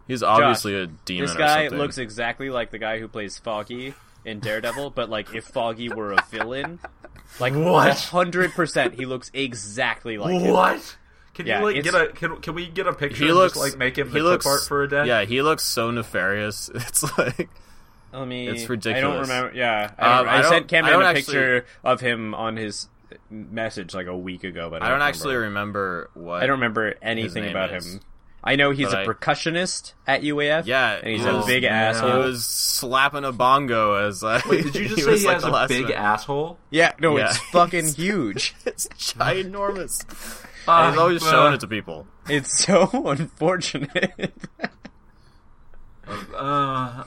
S1: He's obviously a demon.
S2: this
S1: or
S2: guy
S1: something.
S2: looks exactly like the guy who plays Foggy in Daredevil, but like if Foggy were a villain, like
S3: What?
S2: hundred percent, he looks exactly like him.
S3: What? Can
S2: Yeah,
S3: you like
S2: it's-
S3: get a can, can we get a picture
S1: He
S3: and
S1: looks
S3: just like make him the
S1: he looks,
S3: clip art for a day?
S1: Yeah, he looks so nefarious. It's like
S2: Let me.
S1: It's
S2: I don't
S1: ridiculous.
S2: remember. Yeah, I, don't,
S1: Um,
S2: I,
S1: I don't-
S2: sent
S1: I
S2: Cameron
S1: don't
S2: a
S1: actually-
S2: picture of him on his message like a week ago, but I
S1: I
S2: don't,
S1: don't actually
S2: Remember.
S1: remember what.
S2: I don't remember anything
S1: name
S2: about
S1: is.
S2: him. I know he's
S1: But
S2: a
S1: I-
S2: percussionist at UAF.
S1: Yeah,
S2: and he's
S1: he
S2: a
S1: was-
S2: big
S3: man.
S1: He
S2: asshole.
S1: was slapping a bongo as I.
S3: Uh, Wait, did you just say
S1: was
S3: he
S1: like
S3: has
S1: the
S3: a
S1: last
S3: big
S1: man.
S3: asshole?
S2: Yeah, no,
S1: Yeah.
S2: it's fucking huge.
S1: It's ginormous.
S3: Uh,
S1: and he's always
S3: uh,
S1: showing it to people.
S2: It's so unfortunate.
S3: Uh,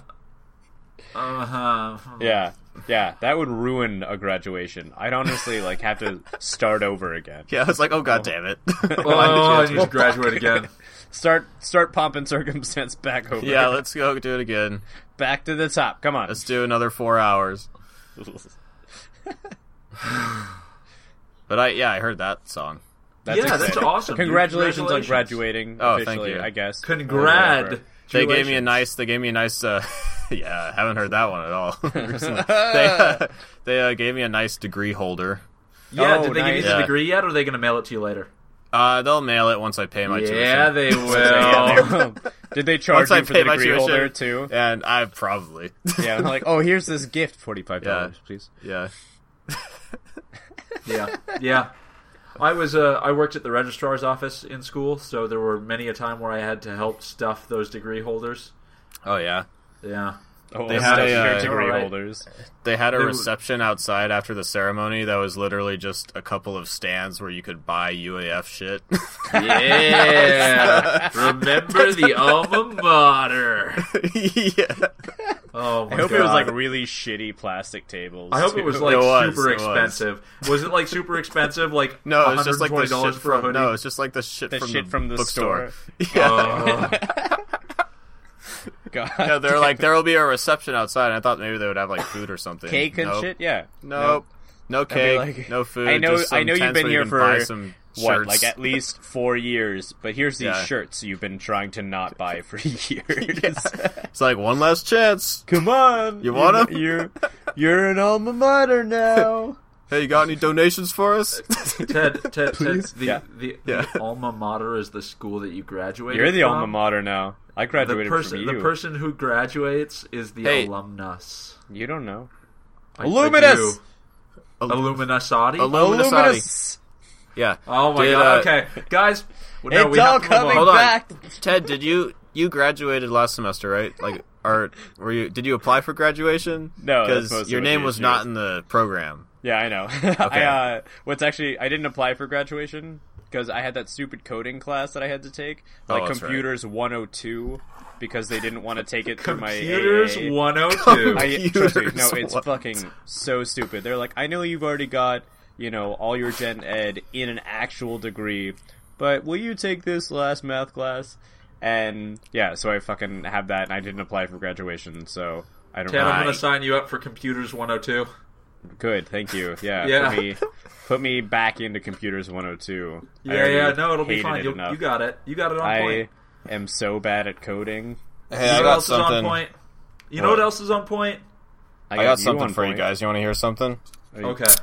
S3: uh,
S2: yeah, yeah, that would ruin a graduation. I'd honestly like have to start over again.
S1: Yeah, it's like, oh god damn it.
S3: oh,
S1: Why did you
S3: I
S1: do
S3: need to
S1: that?
S3: graduate again.
S2: Start, start pomp and circumstance back over.
S1: yeah, let's go do it again.
S2: back to the top. Come on.
S1: Let's do another four hours. But I, yeah, I heard that song.
S2: That's
S3: yeah, that's
S2: exciting.
S3: awesome. dude.
S2: Congratulations, on graduating
S3: Congratulations.
S1: Oh, thank
S2: officially,
S1: you.
S2: I guess.
S3: Congrad.
S1: They gave me a nice. They gave me a nice. Uh, yeah, I haven't heard that one at all. recently. they uh, they uh, gave me a nice degree holder.
S3: Yeah,
S2: Oh,
S3: did they give you
S2: nice.
S3: the
S1: Yeah.
S3: degree yet, or are they going to mail it to you later?
S1: Uh, they'll mail it once I pay my tuition.
S3: yeah, they
S2: Yeah,
S3: will.
S2: they're- Did they charge
S1: Once I
S2: you for
S1: pay
S2: the
S1: my
S2: degree
S1: tuition.
S2: holder too?
S1: and I probably.
S2: Yeah, like, oh, here's this gift, forty five dollars,
S1: Yeah.
S2: please.
S1: Yeah.
S3: yeah, yeah. I was uh, I worked at the registrar's office in school, so there were many a time where I had to help stuff those degree holders.
S1: Oh yeah.
S3: Yeah,
S2: Oh,
S1: They
S2: it's
S1: had
S2: just
S1: a,
S2: your
S1: uh,
S2: degree
S3: Alright.
S2: holders.
S1: They had a
S3: They were-
S1: reception outside after the ceremony that was literally just a couple of stands where you could buy UAF shit.
S3: yeah. Remember the alma mater.
S1: yeah.
S3: Oh my
S2: I hope it was
S3: God.
S2: like really shitty plastic tables.
S3: I hope it
S2: too.
S3: was like
S1: It was,
S3: super
S1: it was.
S3: expensive. Was. it like super expensive? Like
S1: No, it's just like the
S3: $120
S1: shit
S3: for a
S1: from
S3: hoodie.
S1: no, it's just like the shit
S2: The
S1: from
S2: shit
S1: the
S2: from the
S1: bookstore.
S2: store.
S1: Yeah.
S3: Oh.
S2: God.
S1: Yeah, they're like there will be a reception outside. And I thought maybe they would have like food or something.
S2: cake and
S1: Nope.
S2: shit. Yeah.
S1: Nope. No cake,
S2: That'd be like-
S1: no food.
S2: I know.
S1: just some
S2: I know you've
S1: tents
S2: been
S1: where you
S2: here
S1: can
S2: for
S1: buy some
S2: what,
S1: shirts.
S2: like at least four years. But here's these
S1: Yeah.
S2: shirts you've been trying to not buy for years.
S1: it's like one last chance.
S2: Come on,
S1: You want 'em?
S2: You're you're an alma mater now.
S1: Hey, you got any donations for us?
S3: Ted, Ted, Ted, the,
S2: Yeah.
S3: the,
S1: Yeah.
S3: the alma mater is the school that you graduated.
S2: You're the
S3: from.
S2: alma mater now. I
S3: The
S2: graduated from
S3: person,
S2: you.
S3: the person who graduates is the
S1: Hey.
S3: alumnus.
S2: you don't know.
S3: I- I
S2: Illuminus!
S3: do. Illuminusati.
S1: Illuminus-
S2: Illuminus.
S1: yeah.
S3: oh my
S1: Did,
S3: god!
S1: uh,
S3: okay, guys, well, no,
S2: It's
S3: we
S2: all
S3: have to move
S2: coming
S1: Hold
S3: on.
S1: on.
S2: back.
S1: Ted, did you you graduated last semester, right? Like, or were you? Did you apply for graduation?
S2: No, that's
S1: because
S2: mostly
S1: your
S2: what the
S1: name was
S2: issue
S1: not
S2: is.
S1: in the program.
S2: Yeah, I know. I, uh, what's actually, I didn't apply for graduation because I had that stupid coding class that I had to take, like
S1: Oh, that's right.
S2: computers 102, because they didn't want to take it through my
S3: Computers
S2: AA.
S3: 102.
S2: I, trust me, no,
S1: Computers
S2: it's
S1: 102.
S2: fucking so stupid. They're like, I know you've already got, you know, all your gen ed in an actual degree, but will you take this last math class? And yeah, so I fucking have that, and I didn't apply for graduation, so I don't.
S3: Ted, I'm
S2: really-
S3: going to sign you up for Computers 102.
S2: Good, thank you. Yeah,
S3: Yeah.
S2: Put, me, put me back into computers 102. I
S3: Yeah,
S2: already
S3: yeah, no, it'll be
S2: hated
S3: fine.
S2: it
S3: You'll-
S2: enough.
S3: you got it. You got it on
S2: I
S3: point.
S2: am so bad at coding.
S1: Hey,
S3: you know what else is on point? You know
S1: What?
S3: what else is on point?
S2: I
S1: I got
S2: you
S1: something
S2: on
S1: for you
S2: point.
S1: guys. You want to hear something?
S3: Okay.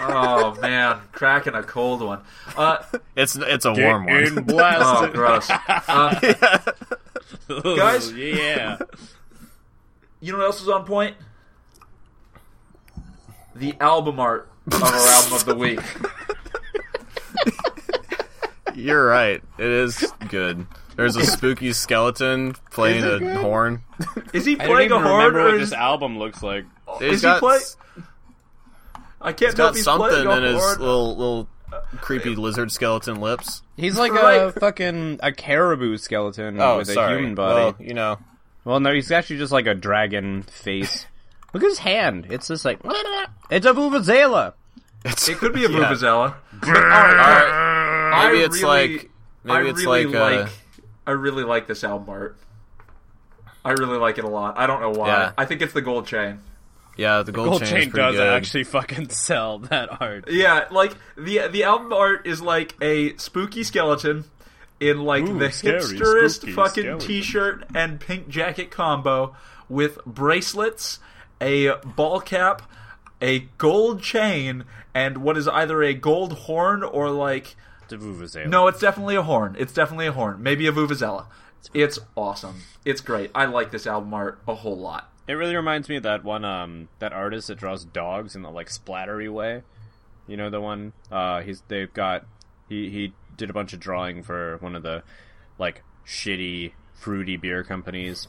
S3: Oh man, cracking a cold one. Uh,
S1: It's it's a
S2: Get
S1: warm
S2: in
S1: one.
S3: oh,
S2: blasted.
S3: gross. Uh, Guys?
S2: yeah.
S3: You know what else is on point? The album art of our album of the week.
S1: You're right. It is good. There's a spooky skeleton playing a horn.
S3: Is he
S2: I don't
S3: playing a
S2: even
S3: horn
S2: remember
S3: or
S2: what
S3: is,
S2: this album looks like.
S1: He's
S3: he
S1: got,
S3: play-
S1: he's
S3: I can't tell
S1: got
S3: if he's
S1: something
S3: playing
S1: in
S3: a
S1: his
S3: horn. Uh,
S1: little little creepy lizard skeleton lips.
S2: He's like a
S3: Right.
S2: fucking a caribou skeleton with a human body.
S1: Well, you know.
S2: Well, no, he's actually just like a dragon face. Look at his hand. It's just like it's a vuvuzela.
S3: It could be a
S1: Yeah.
S3: vuvuzela.
S1: Maybe
S3: I
S1: it's
S3: really-
S1: like
S3: I
S1: maybe it's
S3: really
S1: like, uh,
S3: I really like this album art. I really like it a lot. I don't know why.
S1: Yeah.
S3: I think it's the gold chain.
S1: yeah, the gold,
S2: Gold
S1: chain's
S2: chain
S1: pretty
S2: does
S1: good.
S2: actually fucking sell that art.
S3: Yeah, like the the album art is like a spooky skeleton in like
S2: Ooh,
S3: the
S2: scary,
S3: hipsterest
S2: spooky
S3: fucking
S2: skeleton.
S3: t-shirt and pink jacket combo with bracelets, a ball cap, a gold chain, and what is either a gold horn or like
S2: The vuvuzela.
S3: no, it's definitely a horn. It's definitely a horn. Maybe a vuvuzela. It's awesome. It's great. I like this album art a whole lot.
S2: it really reminds me of that one um that artist that draws dogs in the like splattery way. You know the one uh he's they've got he he did a bunch of drawing for one of the like shitty fruity beer companies.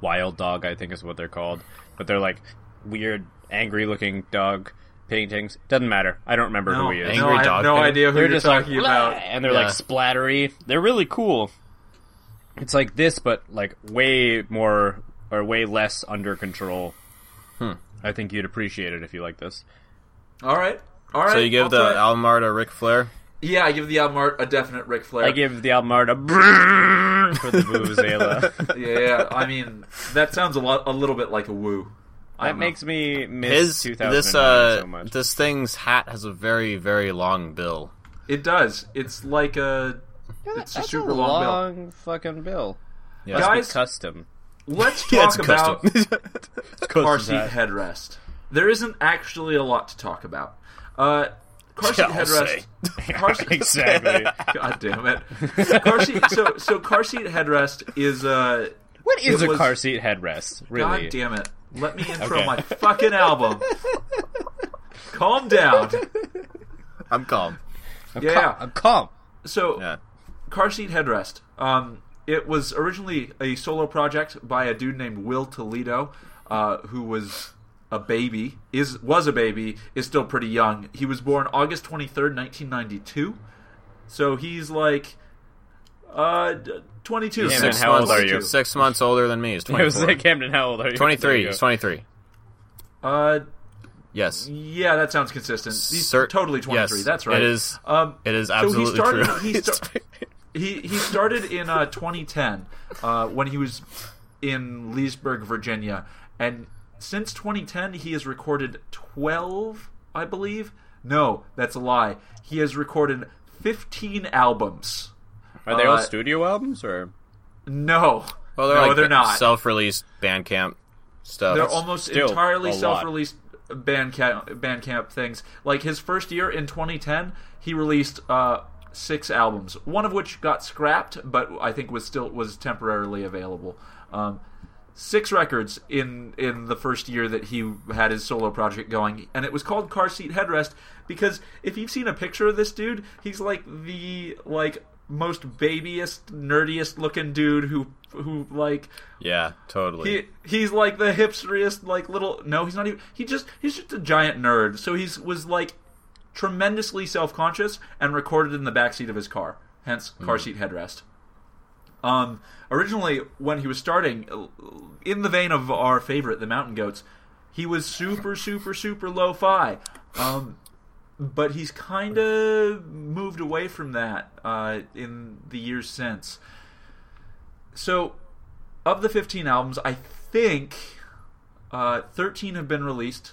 S2: Wild Dog I think is what they're called, but they're like weird angry looking dog paintings. Doesn't matter. I don't remember
S3: No,
S2: who he is.
S3: no,
S1: Angry
S3: I have
S1: dog
S3: no
S1: thing.
S3: idea who
S2: They're
S3: you're
S2: just
S3: talking
S2: like,
S3: about.
S2: "Bleh," and they're
S1: Yeah.
S2: like splattery. They're really cool. It's like this, but like way more or way less under control. I think you'd appreciate it if you like this.
S3: All right. All right.
S1: So you give
S3: I'll
S1: the
S3: try it.
S1: album art to Ric Flair?
S3: Yeah, I give the album art a definite Ric Flair.
S2: I give the album art a brrrr for the vuvuzela.
S3: yeah, I mean that sounds a lot, a little bit like a woo.
S2: that
S3: I don't know.
S2: makes me
S1: His
S2: miss 2009
S1: this uh
S2: so much.
S1: this thing's hat has a very very long bill.
S3: it does. It's like a, it's a
S2: That's
S3: super
S2: a
S3: long, bill.
S2: long fucking bill.
S1: Yeah.
S2: Must be
S3: Guys-
S2: custom.
S3: Let's
S1: Yeah,
S3: talk
S1: it's
S3: about
S1: custom.
S3: car seat headrest. There isn't actually a lot to talk about. Uh, car seat
S1: Yeah, I'll
S3: headrest. Car seat,
S2: exactly.
S3: God damn it. Car seat. So so car seat headrest is uh.
S2: What is
S3: It
S2: a
S3: was-
S2: car seat headrest? Really?
S3: God damn it. Let me intro
S2: Okay.
S3: my fucking album. Calm down.
S1: I'm calm.
S3: yeah.
S2: I'm calm.
S3: So,
S1: Yeah.
S3: car seat headrest. Um, it was originally a solo project by a dude named Will Toledo, uh, who was a baby, is was a baby, is still pretty young. He was born August twenty third, nineteen ninety two. So he's like, uh, twenty two.
S2: Yeah, man,
S1: Six
S2: how old
S1: months,
S2: are you?
S1: Six months older than me. He's
S2: It
S1: 24.
S2: was like Camden. How old are you?
S1: 23.
S2: There
S1: He's
S2: you go.
S1: 23.
S3: Uh,
S1: Yes.
S3: yeah, that sounds consistent. He's
S1: Cert-
S3: totally twenty three.
S1: yes,
S3: that's
S1: it
S3: right.
S1: is-
S3: Um,
S1: It is
S3: he
S1: absolutely
S3: started-
S1: true.
S3: he
S1: It's-
S3: sta- He he started in uh, 2010 uh, when he was in Leesburg, Virginia, and since 2010 he has recorded 12, I believe. No, that's a lie. He has recorded 15 albums.
S2: Are they all
S3: Uh,
S2: studio albums or?
S3: No,
S1: well, they're
S3: no,
S1: like
S3: they're not.
S1: self-released Bandcamp stuff.
S3: they're almost
S2: still a
S3: entirely
S2: lot.
S3: self-released Bandcamp Bandcamp things. Like his first year in 2010, he released uh, six albums, one of which got scrapped, but I think was still was temporarily available. Um, six records in in the first year that he had his solo project going, and it was called Car Seat Headrest because if you've seen a picture of this dude, he's like the like most babyest, nerdiest looking dude who who like
S1: yeah, totally.
S3: he he's like the hipsteriest like little no he's not even he just he's just a giant nerd so he's was like tremendously self-conscious and recorded in the backseat of his car hence car seat headrest um originally when he was starting in the vein of our favorite the mountain goats he was super super super lo-fi um but he's kind of moved away from that uh, in the years since. So, of the 15 albums, I think uh, 13 have been released,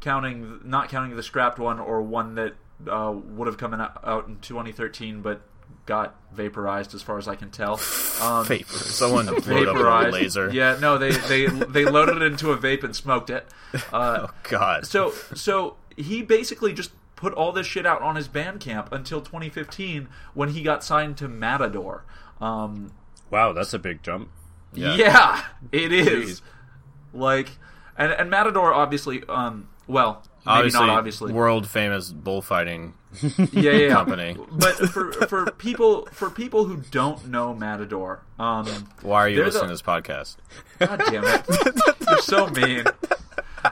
S3: counting not counting the scrapped one or one that uh, would have come in, out in 2013 but got vaporized, as far as I can tell. Um,
S1: Vapor. Someone blew it up with a
S3: vaporized.
S1: laser.
S3: Yeah, no, they they they loaded it into a vape and smoked it. Uh,
S1: Oh God.
S3: so so he basically just put all this shit out on his Bandcamp until 2015 when he got signed to Matador. Um,
S2: Wow, that's a big jump.
S1: Yeah.
S3: yeah. it is. Like, and and Matador obviously, um, well, maybe
S1: obviously,
S3: not obviously,
S1: world famous bullfighting
S3: yeah, yeah, yeah.
S1: company.
S3: But for for people for people who don't know Matador, um,
S1: Why are you
S3: They're
S1: listening to
S3: the-
S1: this podcast?
S3: god damn it, you're so mean.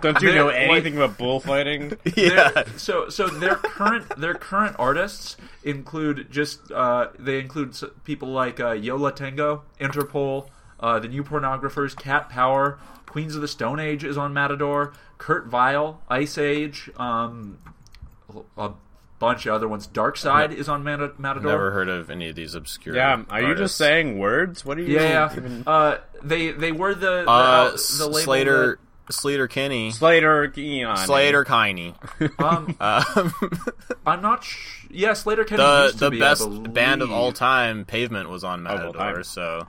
S2: Don't you know
S3: Like-
S2: anything about bullfighting?
S3: Their- So so their current their current artists include just uh, they include s- people like uh, Yola Tango, Interpol, uh, the New Pornographers, Cat Power, Queens of the Stone Age is on Matador, Kurt Vile, Ice Age, um, a bunch of other ones. Dark Side is on Mata- Matador.
S1: Never heard of any of these obscure.
S2: Yeah, are you just
S1: artists.
S2: saying words? What are you?
S3: Yeah,
S2: Even...
S3: uh, they they were the the,
S1: Uh,
S3: out- the
S1: S-
S3: label
S1: Slater, Slater Kinney,
S2: Slater, Eon,
S1: Slater Kiney.
S3: that- um,
S1: Um,
S3: I'm not. Sh- yeah, Slater Kennedy
S1: the
S3: used to
S1: the
S3: be, I
S1: best band of all
S3: believe.
S1: time, Pavement, was on
S2: all
S1: Matador.
S2: time.
S1: So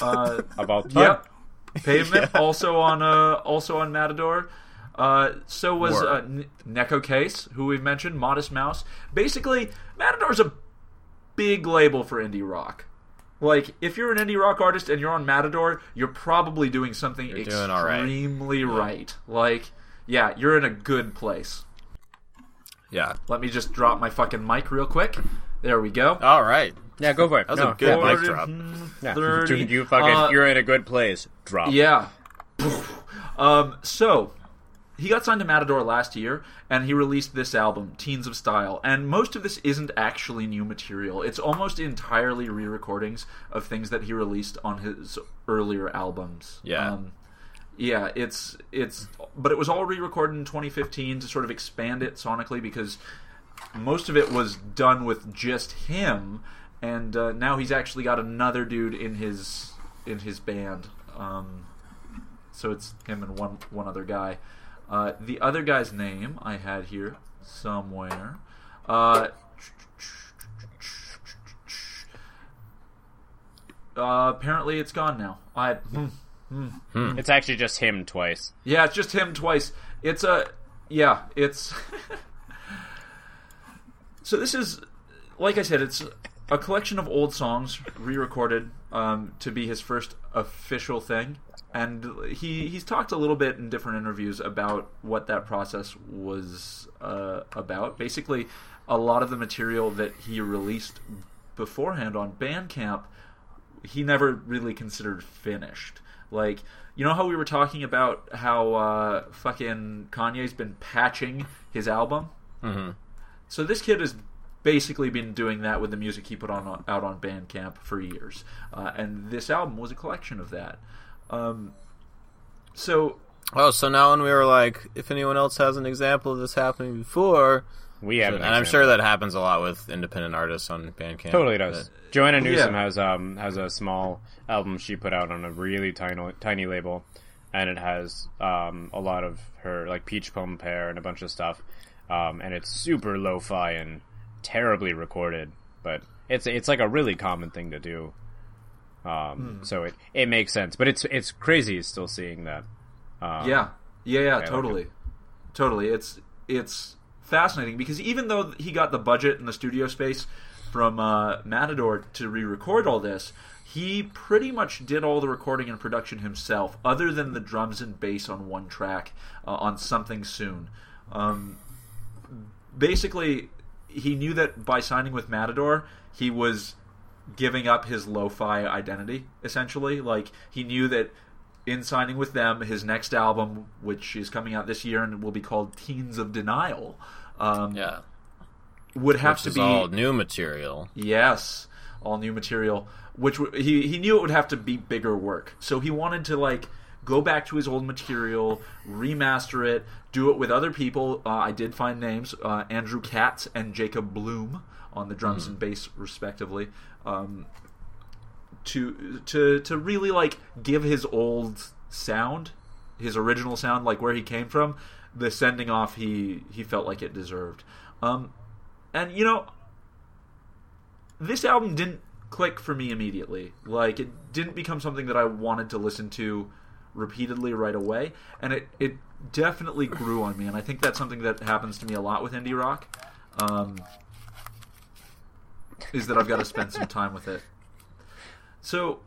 S3: Uh,
S2: about time.
S3: Yep. Pavement also on uh also on Matador. Uh, so was
S1: Word.
S3: uh, N- Neko Case, who we've mentioned, Modest Mouse. Basically, Matador's a big label for indie rock. Like, if you're an indie rock artist and you're on Matador, you're probably doing something
S1: doing all right.
S3: extremely right. Like, yeah, you're in a good place.
S1: yeah,
S3: Let me just drop my fucking mic real quick. There we go.
S1: all right.
S2: Yeah, go for it. That
S1: was a good
S2: yeah,
S1: mic drop.
S2: yeah.
S3: 30,
S2: Dude, you fucking,
S3: uh,
S2: you're in a good place. Drop.
S3: Yeah. um, so he got signed to Matador last year, and he released this album, Teens of Style. And most of this isn't actually new material; it's almost entirely re-recordings of things that he released on his earlier albums.
S1: Yeah.
S3: Um, yeah, it's it's, but it was all re-recorded in 2015 to sort of expand it sonically because most of it was done with just him, and uh, now he's actually got another dude in his in his band. Um, so it's him and one one other guy. Uh, the other guy's name I had here somewhere. Uh, uh, apparently it's gone now. I hmm.
S2: It's actually just him twice.
S3: yeah, it's just him twice. It's a yeah, it's So this is like I said, it's a collection of old songs re-recorded um, to be his first official thing. And he he's talked a little bit in different interviews about what that process was uh, about. Basically, a lot of the material that he released beforehand on Bandcamp, he never really considered finished. Like, you know how we were talking about how uh, fucking Kanye's been patching his album?
S1: Mm-hmm.
S3: So this kid has basically been doing that with the music he put on, on out on Bandcamp for years, uh, and this album was a collection of that. Um, so
S1: Oh, so now when we were like, if anyone else has an example of this happening before,
S2: We have,
S1: and I'm sure that happens a lot with independent artists on Bandcamp.
S2: totally does.
S1: that-
S2: Joanna Newsom
S3: Yeah.
S2: has um has a small album she put out on a really tiny tiny label, and it has um a lot of her like peach plum pear and a bunch of stuff, um and it's super lo-fi and terribly recorded, but it's it's like a really common thing to do.
S1: Hmm.
S2: Um, so it, it makes sense, but it's it's crazy still seeing that. Um,
S3: yeah, yeah, yeah,
S2: like
S3: totally, totally. It's it's fascinating because even though he got the budget and the studio space from uh, Matador to re-record all this, he pretty much did all the recording and production himself, other than the drums and bass on one track uh, on something soon. Um, basically, he knew that by signing with Matador, he was giving up his lo-fi identity essentially like he knew that in signing with them his next album which is coming out this year and will be called teens of denial um,
S1: Yeah,
S3: would have
S1: which
S3: to
S1: is
S3: be
S1: all new material.
S3: yes all new material which w- he, he knew it would have to be bigger work so he wanted to like go back to his old material remaster it do it with other people uh, i did find names uh, andrew katz and jacob bloom on the drums and bass respectively um, to to to really like give his old sound, his original sound, like where he came from, the sending off he he felt like it deserved. Um, and you know, this album didn't click for me immediately. Like it didn't become something that I wanted to listen to repeatedly right away, and it it definitely grew on me. And I think that's something that happens to me a lot with indie rock. Um, is that I've got to spend some time with it. So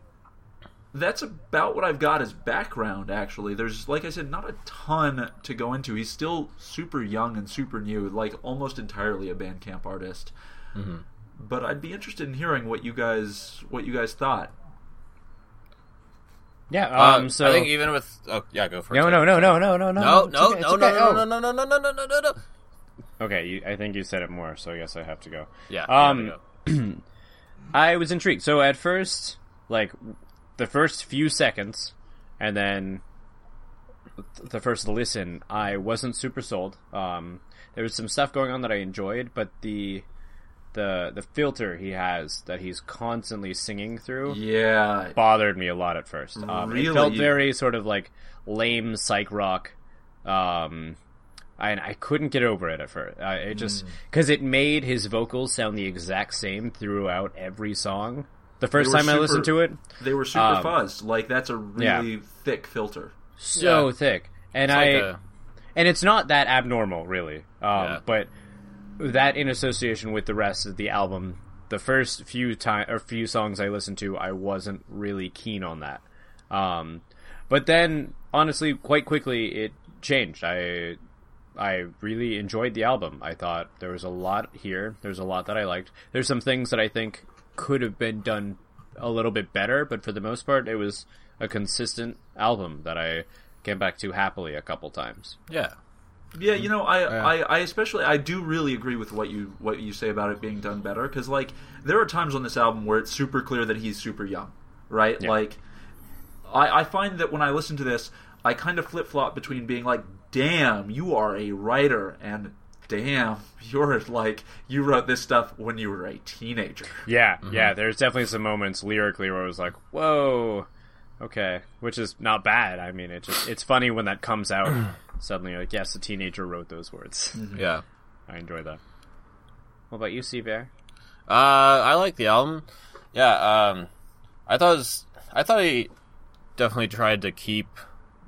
S3: that's about what I've got as background. Actually, there's like I said, not a ton to go into. He's still super young and super new, like almost entirely a Bandcamp artist. But I'd be interested in hearing what you guys what you guys thought.
S2: yeah. Um,
S1: Uh,
S2: so
S1: I think even with oh yeah, go for it.
S2: no, no, no, no, no, no, no,
S1: no,
S2: it's
S1: no,
S2: okay, it's
S1: no, no,
S2: okay.
S1: no,
S2: Oh.
S1: no, no, no, no, no, no, no, no, no.
S2: Okay, you, I think you said it more, so I guess I have to go.
S1: Yeah.
S2: Um,
S1: there
S2: I was intrigued. So at first, like the first few seconds, and then th- the first listen, I wasn't super sold. Um, there was some stuff going on that I enjoyed, but the the the filter he has that he's constantly singing through
S3: Yeah,
S2: bothered me a lot at first. Um, It
S3: Really?
S2: felt very sort of like lame psych rock. Um, and I couldn't get over it at first. Uh,
S1: Hmm.
S2: it just because it made his vocals sound the exact same throughout every song. The first
S3: were
S2: time I
S3: super-
S2: listened to it,
S3: they were super
S2: Um,
S3: fuzzed. Like that's a really thick filter.
S2: so
S1: Yeah.
S2: thick, and
S1: go.
S2: I
S1: It's like a-
S2: and it's not that abnormal really um,
S1: Yeah.
S2: but that in association with the rest of the album the first few time or few songs i listened to i wasn't really keen on that um, but then honestly quite quickly it changed i i really enjoyed the album i thought there was a lot here there's a lot that i liked there's some things that i think could have been done a little bit better but for the most part it was a consistent album that i came back to happily a couple times
S1: yeah.
S3: Yeah, you know, I, I, I especially I do really agree with what you what you say about it being done better because like there are times on this album where it's super clear that he's super young, right? Like, I, I find that when I listen to this, I kind of flip flop between being like, "Damn, you are a writer," and "Damn, you're like you wrote this stuff when you were a teenager."
S2: Yeah,
S1: Mm-hmm.
S2: yeah. There's definitely some moments lyrically where it was like, "Whoa, okay," which is not bad. I mean, it just it's funny when that comes out suddenly. you're Like, yes, a teenager wrote those words.
S1: Yeah.
S2: I enjoy that. What about you, Sea Bear?
S1: Uh, I like the album. Yeah, um, I thought it was, I thought he definitely tried to keep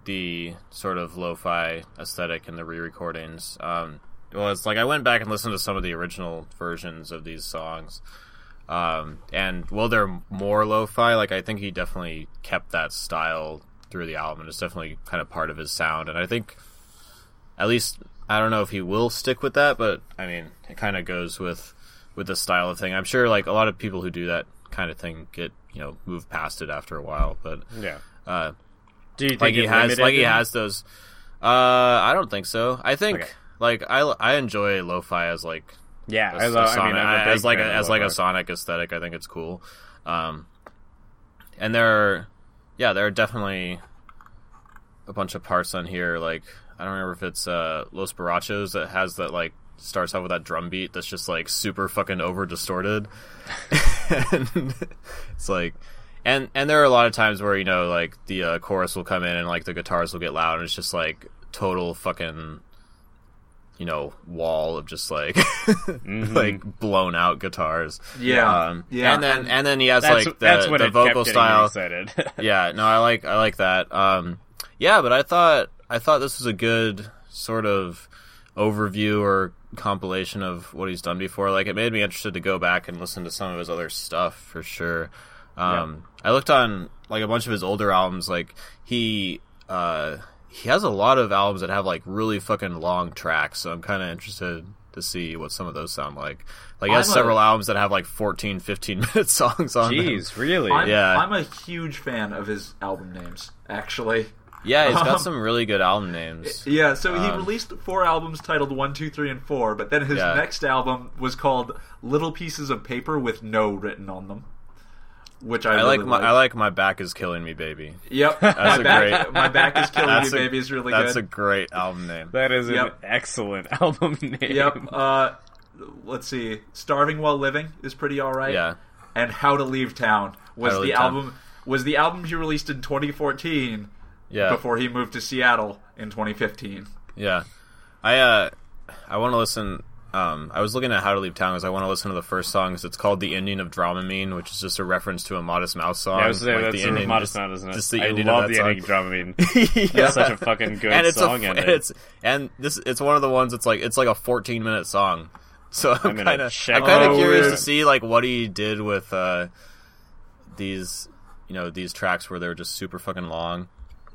S1: the sort of lo-fi aesthetic in the re-recordings. Um, well, it's like I went back and listened to some of the original versions of these songs, Um, and while they're more lo-fi, like I think he definitely kept that style through the album. It's definitely kind of part of his sound, and I think at least I don't know if he will stick with that, but I mean, it kind of goes with with the style of thing. I'm sure like a lot of people who do that kind of thing get you know move past it after a while, but
S2: Yeah.
S1: uh,
S2: Do you think
S1: like he
S2: it
S1: has
S2: limited
S1: like he
S2: him?
S1: has those. Uh, I don't think so. I think
S2: Okay.
S1: like I I enjoy lo-fi as like
S2: Yeah,
S1: a-
S2: I
S1: a
S2: love. I
S1: sonic-
S2: mean, I'm a
S1: as
S2: big
S1: like a,
S2: fan of
S1: as like a
S2: Lover.
S1: sonic aesthetic. I think it's cool. Um, and there are, yeah, there are definitely a bunch of parts on here. Like I don't remember if it's uh, Los Barachos that has that like starts out with that drum beat that's just like super fucking over distorted. and it's like. And, and there are a lot of times where you know like the uh, chorus will come in and like the guitars will get loud and it's just like total fucking you know wall of just like
S2: Mm-hmm.
S1: like blown out guitars.
S3: Yeah.
S1: Um,
S3: yeah.
S1: and then and then he has
S2: That's,
S1: like the,
S2: that's what
S1: the
S2: it
S1: vocal
S2: kept getting
S1: style.
S2: me Excited.
S1: Yeah, no, I like I like that. Um, yeah, but I thought I thought this was a good sort of overview or compilation of what he's done before. Like it made me interested to go back and listen to some of his other stuff for sure. Um, I looked on like a bunch of his older albums. Like he uh, he has a lot of albums that have like really fucking long tracks. So I'm kind of interested to see what some of those sound like. Like he has
S3: I'm a-
S1: several albums that have like 14, 15 minute songs on them.
S2: Jeez, really?
S3: I'm,
S1: yeah.
S3: I'm a huge fan of his album names, actually.
S1: Yeah, he's
S3: Um,
S1: got some really good album names.
S3: Yeah, so he
S1: Um,
S3: released four albums titled One, Two, Three, and Four, but then his
S1: Yeah.
S3: next album was called Little Pieces of Paper with No written on them. Which I,
S1: I
S3: really
S1: like my I like my back is killing me, baby.
S3: Yep, my
S1: a
S3: back,
S1: great-
S3: my back is killing you,
S1: That's a-
S3: baby. Is really
S1: That's
S3: good.
S1: a great album name.
S2: that is an
S3: Yep.
S2: excellent album name.
S3: Yep. Uh, let's see. Starving While Living is pretty all right.
S1: Yeah,
S3: And How to Leave Town
S1: How
S3: was
S1: to
S3: the
S1: Leave Town.
S3: album was the album he released in 2014
S1: yeah,
S3: before he moved to Seattle in 2015.
S1: yeah. I uh, I want to listen. Um, I was looking at how to leave town because I want to listen to the first song. 'cause it's called the ending of Dramamine, which is just a reference to a Modest Mouse song.
S2: I was saying
S1: Like,
S2: that's
S1: the
S2: sort of
S1: ending-
S2: modest
S1: just-
S2: now, isn't it?
S1: Just the
S2: I
S1: ending of
S2: love
S1: that
S2: the
S1: song.
S2: ending drum. I mean, that's such a fucking good
S1: and it's
S2: song.
S1: a,
S2: and
S1: and it's and this it's one of the ones that's like it's like a 14 minute song. So I'm
S2: gonna
S1: kind of
S2: check
S1: I'm kind
S2: it
S1: of
S2: out.
S1: curious to
S2: Weird.
S1: see like what he did with uh, these you know these tracks where they were just super fucking long.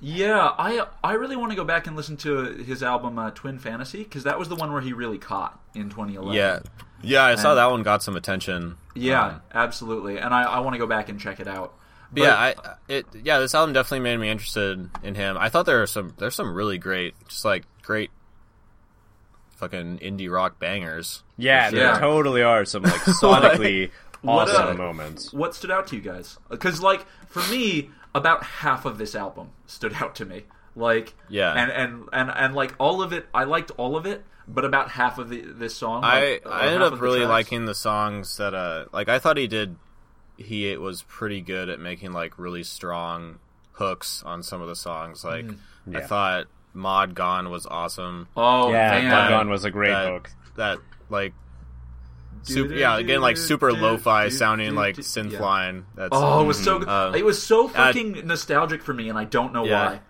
S3: Yeah, I I really want to go back and listen to his album uh, Twin Fantasy because that was the one where he really caught in 2011.
S1: Yeah, yeah, I saw
S3: And-
S1: that one got some attention.
S3: Yeah,
S1: Um,
S3: absolutely. And I, I want to go back and check it out. But-
S1: yeah, I it yeah, this album definitely made me interested in him. I thought there are some there's some really great, just like great, fucking indie rock bangers.
S2: yeah,
S1: For
S2: there
S3: Yeah.
S2: totally are some like sonically
S3: What a-
S2: awesome moments.
S3: what stood out to you guys? Because like for me, about half of this album stood out to me. Like
S1: Yeah.
S3: and and and, and like all of it, I liked all of it, but about half of the, this song,
S1: I
S3: like, or
S1: I ended
S3: half of
S1: up
S3: the
S1: really
S3: tracks-
S1: liking the songs that uh like I thought he did. He was pretty good at making like really strong hooks on some of the songs. Like
S3: Mm.
S1: I
S2: Yeah.
S1: thought "Mod Gone" was awesome.
S3: Oh
S2: yeah,
S3: man,
S2: Mod Gone was a great
S1: that,
S2: book.
S1: That like super yeah again like super lo-fi sounding like synth
S3: Yeah.
S1: line. That's
S3: Oh, it was so.
S1: Uh,
S3: it was so fucking nostalgic for me, and I don't know
S1: Yeah.
S3: why.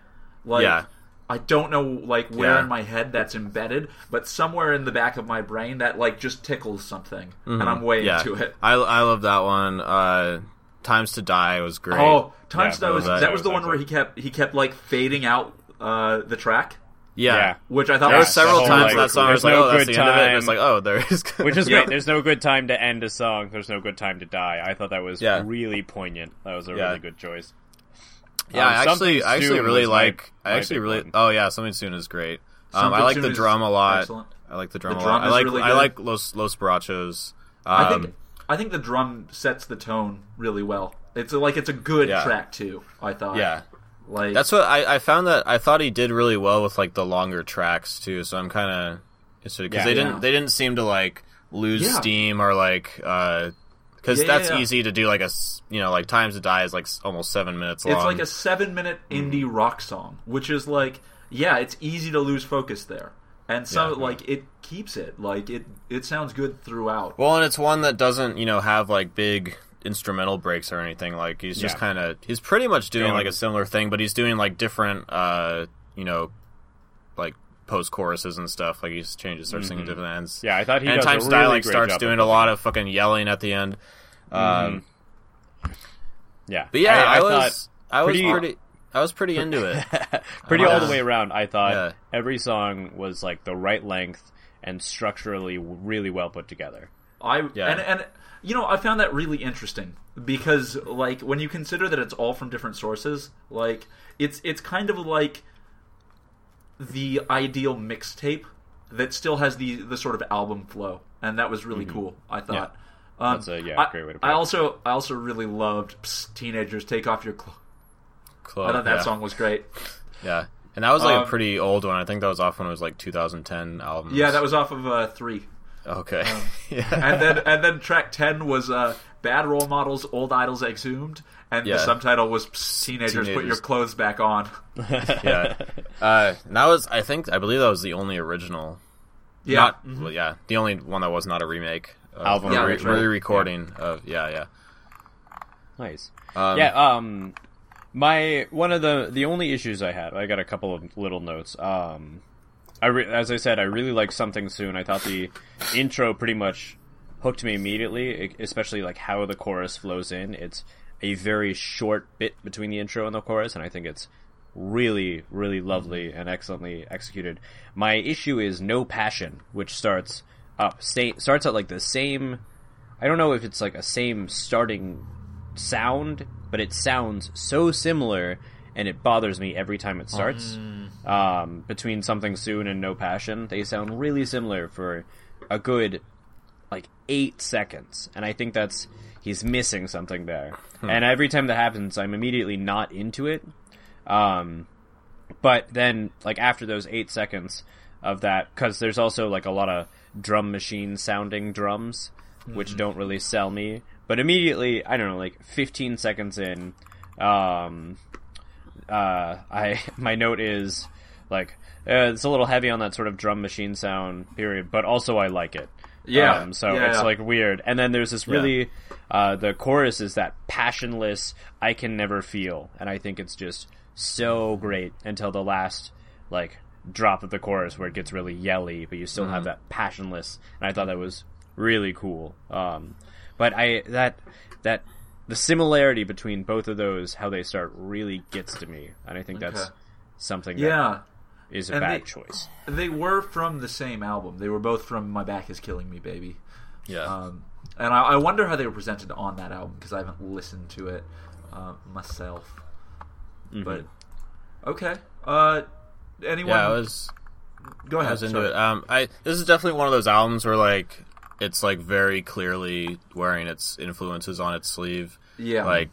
S3: Like,
S1: Yeah.
S3: I don't know like where
S1: Yeah.
S3: in my head that's embedded, but somewhere in the back of my brain that like just tickles something, and I'm way
S1: Mm-hmm. yeah.
S3: into it.
S1: I I love that one. Uh, Times to Die was great.
S3: Oh, times
S2: Yeah,
S3: that was
S1: that-
S3: that was the
S2: that
S3: one
S2: was
S3: where he kept he kept like fading out uh, the track,
S1: yeah.
S2: Yeah.
S3: which I
S1: There
S3: thought
S1: were
S3: was
S2: That's the
S1: several
S2: whole,
S1: times
S2: like,
S1: that song I was
S2: there's
S1: like,
S2: no
S1: oh, that's
S2: good
S1: the end of it. And it's
S2: time.
S1: like, oh, there is.
S2: Which is
S3: Yeah.
S2: great. There's no good time to end a song. There's no good time to die. I thought that was
S1: Yeah.
S2: really poignant. That was a
S1: Yeah.
S2: really good choice.
S1: yeah,
S2: um,
S1: I actually,
S2: Something
S1: I actually
S2: Soon
S1: really
S2: was my-
S1: like. I
S2: my
S1: actually
S2: big
S1: really.
S2: one.
S1: Oh yeah, something soon is great. Um, I
S3: Something
S1: like
S3: Soon
S1: the
S3: is
S1: drum a lot.
S3: excellent.
S1: I like the drum
S3: The
S1: a lot.
S3: drum
S1: I
S3: is
S1: like
S3: really
S1: I
S3: good.
S1: like Los Los Barachos. Um,
S3: I think I think the drum sets the tone really well. It's a, like it's a good
S1: Yeah.
S3: track too. I thought.
S1: yeah,
S3: Like
S1: That's what I, I found that I thought he did really well with like the longer tracks too. So I'm kind of interested because
S2: Yeah.
S1: they
S3: Yeah.
S1: didn't they didn't seem to like lose
S3: Yeah.
S1: steam or like because
S3: Yeah, yeah,
S1: that's
S3: yeah.
S1: easy to do like a s- you know like Times to Die is like s- almost seven minutes long. Mm.
S3: It's like a seven minute indie rock song, which is like, yeah, it's easy to lose focus there, and so
S1: Yeah.
S3: like it keeps it like it it sounds good throughout.
S1: well, and it's one that doesn't you know have like big instrumental breaks or anything. Like he's just
S2: Yeah.
S1: kind of he's pretty much doing
S2: Going-
S1: like a similar thing, but he's doing like different uh you know like post choruses and stuff. Like he changes, starts singing different ends.
S2: Mm-hmm. Yeah, I thought he
S1: and
S2: does
S1: Time
S2: a
S1: to
S2: really
S1: Die like
S2: great
S1: starts
S2: job
S1: doing a
S2: of
S1: lot of fucking yelling at the end.
S2: Um, Yeah,
S1: But yeah, I, was I was
S2: pretty-
S1: pretty I was pretty into it.
S2: thought- pretty all the way around. I thought
S1: oh, Yeah.
S2: every song was like the right length and structurally really well put together.
S3: I
S1: Yeah.
S3: and and you know I found that really interesting because like when you consider that it's all from different sources, like it's it's kind of like the ideal mixtape that still has the the sort of album flow, and that was really cool. I thought. Um,
S2: Mm-hmm. That's a- yeah,
S3: I-
S2: great way to put
S3: I
S2: it.
S3: also I also really loved Psst, "Teenagers Take Off Your Clothes."
S1: Clo-
S2: Oh,
S3: I thought that
S1: yeah.
S3: song was great.
S1: Yeah. And that was like
S3: Um,
S1: a pretty old one. I think that was off when it was like 2010 album.
S3: Yeah, that was um, off of uh, three,
S1: Okay. yeah.
S3: and then and then track ten was uh, "Bad Role Models, Old Idols Exhumed," and
S1: Yeah.
S3: the subtitle was "Psst, "Teenagers, Put Your
S1: Teenagers.
S3: Clothes Back On."
S1: yeah. Uh, and that was I think I believe that was the only original.
S3: Yeah, Mm-hmm.
S1: Not, well, yeah, the only one that was not a remake. Of
S2: Album
S1: re-
S2: original.
S1: re-recording of yeah, yeah.
S2: Nice.
S1: Um,
S2: yeah. Um, my one of the the only issues I had, I got a couple of little notes. Um, I re- as I said, I really liked something soon. I thought the intro pretty much hooked me immediately, e- especially like how the chorus flows in. It's a very short bit between the intro and the chorus, and I think it's really, really lovely and excellently executed. My issue is no passion, which starts up sta- starts at like the same. I don't know if it's like a same starting sound, but it sounds so similar, and it bothers me every time it starts. Um, between something soon and no passion, they sound really similar for a good like eight seconds, and I think that's he's missing something there. And every time that happens, I'm immediately not into it. Um, but then like after those eight seconds of that, because there's also like a lot of drum machine sounding drums, which don't really sell me. But immediately, I don't know, like 15 seconds in, um, uh, I my note is like uh, it's a little heavy on that sort of drum machine sound period, but also I like it.
S3: Yeah,
S2: Um, so
S3: yeah,
S2: it's
S3: yeah.
S2: like weird. And then there's this really uh, the chorus is that passionless I can never feel, and I think it's just so great until the last like drop of the chorus where it gets really yelly, but you still
S3: Mm-hmm.
S2: have that passionless. And I thought that was really cool. Um, but I that that the similarity between both of those how they start really gets to me, and I think that's
S3: Okay.
S2: something that is
S3: yeah.
S2: a
S3: And
S2: bad
S3: they-
S2: choice.
S3: They were from the same album. They were both from "My Back Is Killing Me, Baby,"
S1: Yeah.
S3: um, and I, I wonder how they were presented on that album because I haven't listened to it uh, myself.
S1: Mm-hmm.
S3: But okay, uh, anyone?
S1: yeah, I was
S3: go ahead.
S1: I was into
S3: sorry.
S1: it. Um, I this is definitely one of those albums where like it's like very clearly wearing its influences on its sleeve,
S3: Yeah,
S1: like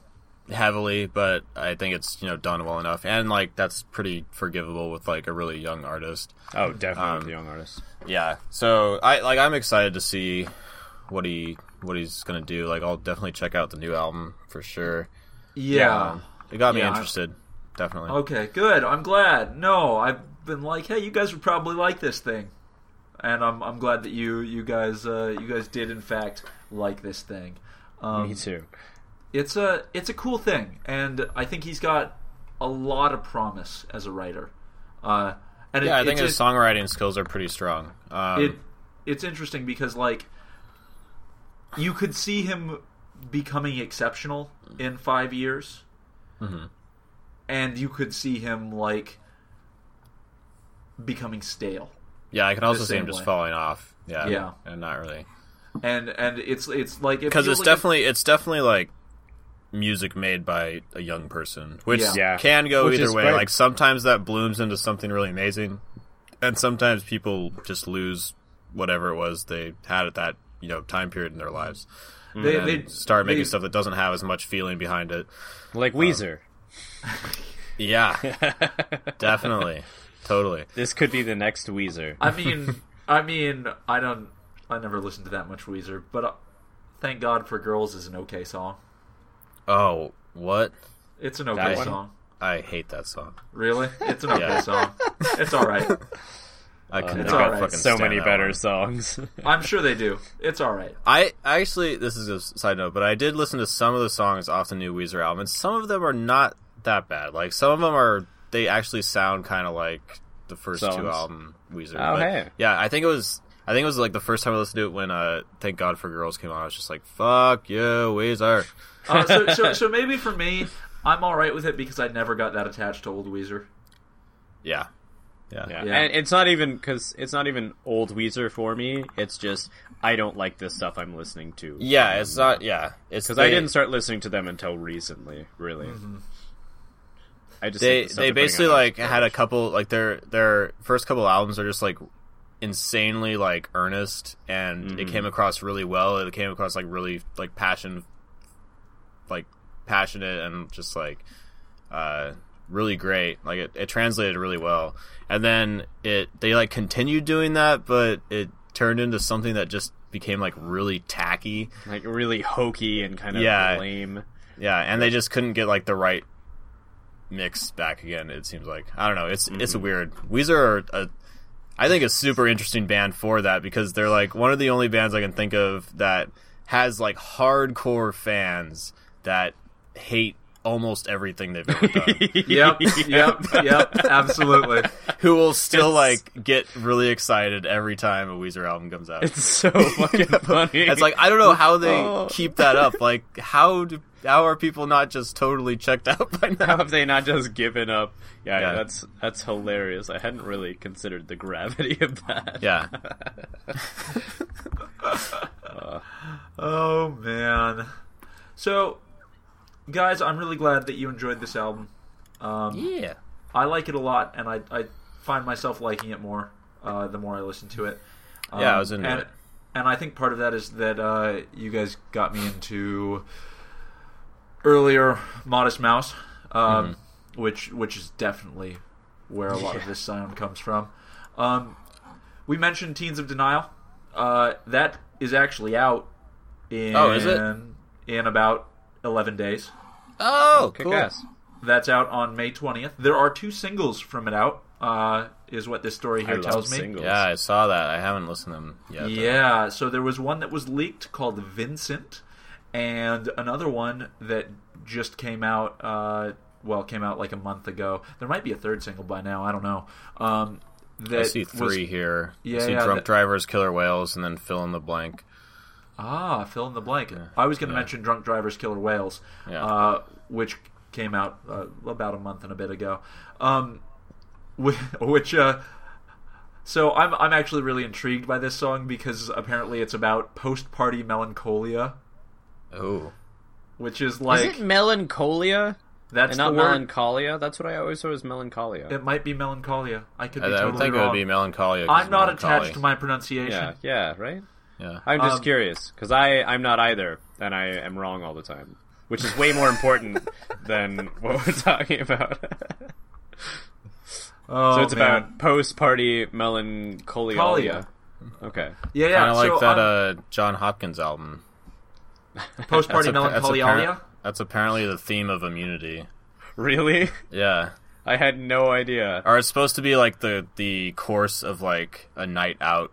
S1: heavily. But I think it's you know done well enough, and like that's pretty forgivable with like a really young artist.
S2: Oh, definitely
S3: Um,
S2: with the young artist.
S1: Yeah. So I like I'm excited to see what he what he's gonna do. Like I'll definitely check out the new album for sure.
S3: yeah.
S1: Um, it got me
S3: Yeah, I-
S1: interested. Definitely.
S3: Okay, good. I'm glad. No, I've been like, hey, you guys would probably like this thing, and I'm I'm glad that you you guys uh, you guys did in fact like this thing. Um,
S2: Me too.
S3: it's a it's a cool thing, and I think he's got a lot of promise as a writer. Uh, and it,
S1: yeah, I think
S3: it's
S1: his
S3: in-
S1: songwriting skills are pretty strong. Um,
S3: it it's interesting because like you could see him becoming exceptional in five years,
S1: Mm-hmm.
S3: and you could see him like becoming stale.
S1: yeah, I can also
S3: the
S1: see him
S3: same
S1: just
S3: way.
S1: falling off. Yeah.
S3: Yeah.
S1: And not really
S3: And and it's it's like it
S1: because
S3: feels
S1: it's
S3: like a-
S1: definitely it's definitely like music made by a young person, which
S3: Yeah.
S2: Yeah.
S1: can go
S2: Which
S1: either
S2: is
S1: way.
S2: great.
S1: Like sometimes that blooms into something really amazing, and sometimes people just lose whatever it was they had at that you know time period in their lives.
S3: they,
S1: and
S3: they
S1: start making
S3: they-
S1: stuff that doesn't have as much feeling behind it.
S2: Like Weezer.
S1: Yeah, definitely, totally.
S2: This could be the next Weezer.
S3: I mean, I mean, I don't. I never listened to that much Weezer, but uh, thank God for Girls is an okay song.
S1: Oh, what?
S3: It's an okay
S2: one?
S3: song.
S1: I hate that song.
S3: Really, it's an okay
S1: Yeah.
S3: song. It's all right.
S1: I can
S3: Uh, It's
S1: not
S3: alright.
S1: fucking
S2: so
S1: stand
S2: many
S1: that
S2: better
S1: one.
S2: songs.
S3: I'm sure they do. It's all right.
S1: I I actually, this is a side note, but I did listen to some of the songs off the new Weezer album, and some of them are not that bad. Like some of them are, they actually sound kind of like the first
S2: Songs.
S1: two album Weezer.
S2: Oh,
S1: but
S2: hey.
S1: yeah, I think it was. I think it was like the first time I listened to it when uh, "Thank God for Girls" came out. I was just like, "Fuck you, Weezer."
S3: Uh, so, so, so maybe for me, I'm all right with it because I never got that attached to old Weezer.
S1: Yeah, yeah,
S2: Yeah.
S3: Yeah.
S2: And it's not even because it's not even old Weezer for me. It's just I don't like this stuff I'm listening to.
S1: Yeah, It's not. Yeah, it's
S2: because I didn't start listening to them until recently. Really,
S3: Mm-hmm.
S2: I just
S1: They
S2: think the stuff
S1: they
S2: they're putting
S1: basically
S2: out-
S1: like had a couple like their their first couple albums are just like insanely like earnest and
S2: Mm-hmm.
S1: it came across really well. It came across like really like passion, like passionate and just like uh really great. Like it, it translated really well. And then it they like continued doing that, but it turned into something that just became like really tacky.
S2: like really hokey and kind of
S1: Yeah.
S2: lame.
S1: Yeah, and they just couldn't get like the right mix back again. It seems like I don't know. It's it's weird. Weezer are a, I think a super interesting band for that because they're like one of the only bands I can think of that has like hardcore fans that hate almost everything they've ever done.
S3: Yep, yep, yep, absolutely.
S1: who will still like get really excited every time a Weezer album comes out.
S2: It's so fucking funny.
S1: It's like I don't know how they
S2: Oh.
S1: keep that up. Like how do how are people not just totally checked out by now?
S2: how have they not just given up? Yeah,
S1: Yeah.
S2: that's that's hilarious. I hadn't really considered the gravity of that.
S1: Yeah.
S3: Oh man. So, guys, I'm really glad that you enjoyed this album. Um,
S1: Yeah.
S3: I like it a lot, and I, I find myself liking it more uh, the more I listen to it. Um,
S1: Yeah, I was into
S3: and,
S1: it.
S3: and I think part of that is that uh, you guys got me into earlier Modest Mouse, um,
S1: Mm-hmm.
S3: which which is definitely where a lot of this sound comes from. Um, we mentioned Teens of Denial. Uh, that is actually out in
S1: Oh, is it?
S3: in about eleven days.
S1: Oh,
S2: Kick
S1: cool.
S2: ass.
S3: That's out on May 20th. There are two singles from it out, uh, is what this story
S2: I
S3: here
S2: love
S3: tells me.
S2: singles.
S1: Yeah, I saw that. I haven't listened to them yet. though.
S3: Yeah, so there was one that was leaked called Vincent, and another one that just came out, uh, well, came out like a month ago. There might be a third single by now, I don't know. Um, that
S1: I see
S3: was-
S1: three here.
S3: Yeah,
S1: I see
S3: yeah,
S1: Drunk
S3: that-
S1: Drivers, Killer Whales, and then fill in the blank.
S3: ah, fill in the blank. I was going to mention Drunk Drivers Killer Whales,
S1: Yeah.
S3: uh, which came out uh, about a month and a bit ago. Um, whi- which uh so I'm I'm actually really intrigued by this song because apparently it's about post-party melancholia,
S1: Oh.
S3: which is
S2: Is
S3: like
S2: it melancholia?
S3: that's
S2: And
S3: the
S2: not
S3: word.
S2: melancholia? That's what I always thought was melancholia.
S3: it might be melancholia. I could
S1: I, I
S3: be
S1: would
S3: totally
S1: think it
S3: wrong.
S1: would be melancholia. 'cause
S3: I'm not
S1: melancholy.
S3: attached to my pronunciation.
S2: yeah, yeah, right?
S1: Yeah.
S2: I'm just
S3: Um,
S2: curious, because I'm not either, and I am wrong all the time, which is way more important than what we're talking about.
S3: Oh,
S2: so it's
S3: man.
S2: about post party melancholia.
S3: Cholia.
S2: Okay.
S3: yeah, yeah.
S1: Kind of like
S3: so
S1: that
S3: um,
S1: uh, John Hopkins album.
S3: post-party
S1: That's appa- that's
S3: melancholia.
S1: appar- that's apparently the theme of immunity.
S2: Really?
S1: Yeah.
S2: I had no idea.
S1: Or it's supposed to be like the, the course of like a night out.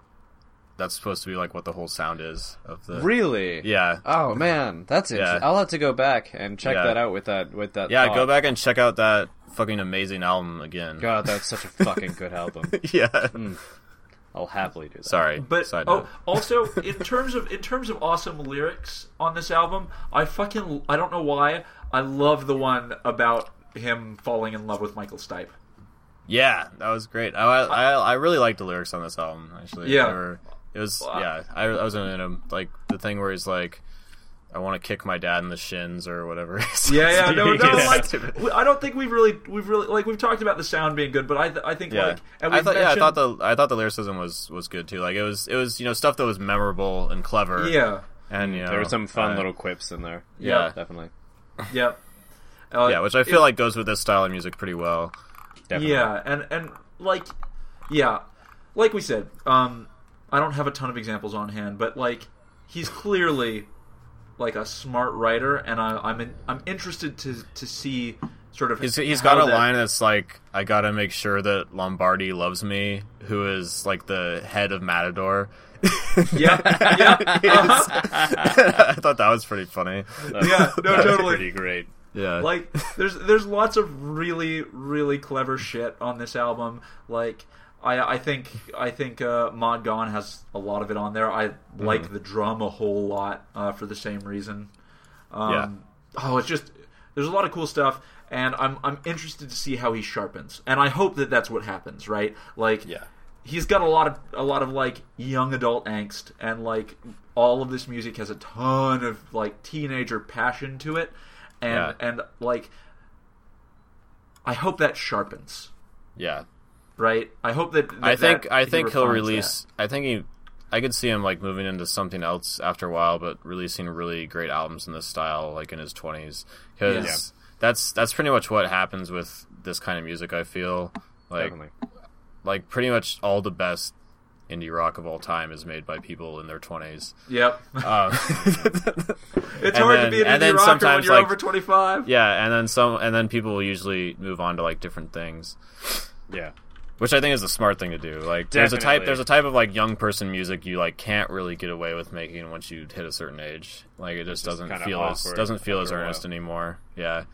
S1: That's supposed to be like what the whole sound is of the.
S2: Really?
S1: Yeah.
S2: Oh man, that's it.
S1: Yeah.
S2: I'll have to go back and check
S1: Yeah.
S2: that out with that with that.
S1: Yeah,
S3: Uh,
S2: thought.
S1: go back and check out that fucking amazing album again.
S2: God, that's such a fucking good album.
S1: yeah.
S2: I'll happily do that.
S1: Mm, Sorry.
S3: But
S1: Side
S3: oh,
S1: note.
S3: also in terms of in terms of awesome lyrics on this album, I fucking I don't know why I love the one about him falling in love with Michael Stipe.
S1: Yeah, that was great. I, I I really liked the lyrics on this album. Actually,
S3: Yeah.
S1: They were- it was
S3: Wow.
S1: yeah. I, I was in him like the thing where he's like, "I want to kick my dad in the shins" or whatever.
S3: Yeah, yeah, no, no,
S2: Yeah.
S3: like we, I don't think we've really we've really like we've talked about the sound being good, but I th- I think
S1: yeah.
S3: like and
S1: I
S3: we've
S1: thought yeah, I
S3: mentioned-
S1: thought the I thought the lyricism was was good too. Like it was it was you know stuff that was memorable and clever.
S3: yeah
S1: and you know,
S2: There were some fun
S1: uh,
S2: little quips in there.
S1: Yeah.
S2: definitely.
S3: yeah uh,
S1: yeah, which I feel like goes with this style of music pretty well.
S2: Definitely.
S3: yeah and and like yeah like we said um I don't have a ton of examples on hand, but like he's clearly like a smart writer, and I, I'm in, I'm interested to to see sort of
S1: He's, he's
S3: how
S1: got a
S3: that-
S1: line that's like, I gotta make sure that Lombardi loves me, who is like the head of Matador.
S3: Yeah, yeah, uh-huh.
S1: I thought that was pretty funny.
S3: yeah. No,
S2: That's
S3: totally.
S2: pretty great.
S1: Yeah.
S3: like there's there's lots of really really clever shit on this album like I, I think I think uh, Mod Gone has a lot of it on there. I like the drum a whole lot uh, for the same reason. Um, Oh, it's just there's a lot of cool stuff, and I'm I'm interested to see how he sharpens, and I hope that that's what happens, right? Like,
S4: Yeah.
S3: he's got a lot of a lot of like young adult angst, and like all of this music has a ton of like teenager passion to it, and and like I hope that sharpens,
S1: Yeah,
S3: right? I hope that, that
S1: I think
S3: that
S1: I
S3: he
S1: think he'll
S3: refines
S1: release. I think he. I could see him like moving into something else after a while, but releasing really great albums in this style, like in his twenties, because
S2: Yeah.
S1: that's that's pretty much what happens with this kind of music. I feel like
S2: Definitely.
S1: like pretty much all the best indie rock of all time is made by people in their twenties.
S3: that. Yep,
S1: Um, and
S3: it's hard to
S1: then-
S3: be an
S1: and
S3: indie
S1: then
S3: rocker when
S1: sometimes,
S3: you're
S1: like-
S3: over 25.
S1: yeah, and then some, and then people will usually move on to like different things.
S2: Yeah.
S1: which I think is a smart thing to do. Like there's a type
S2: Definitely.
S1: there's a type of like young person music you like can't really get away with making once you hit a certain age. Like it just doesn't
S2: kinda
S1: feel as
S2: awkward
S1: doesn't feel as
S2: after a while.
S1: earnest anymore. Yeah.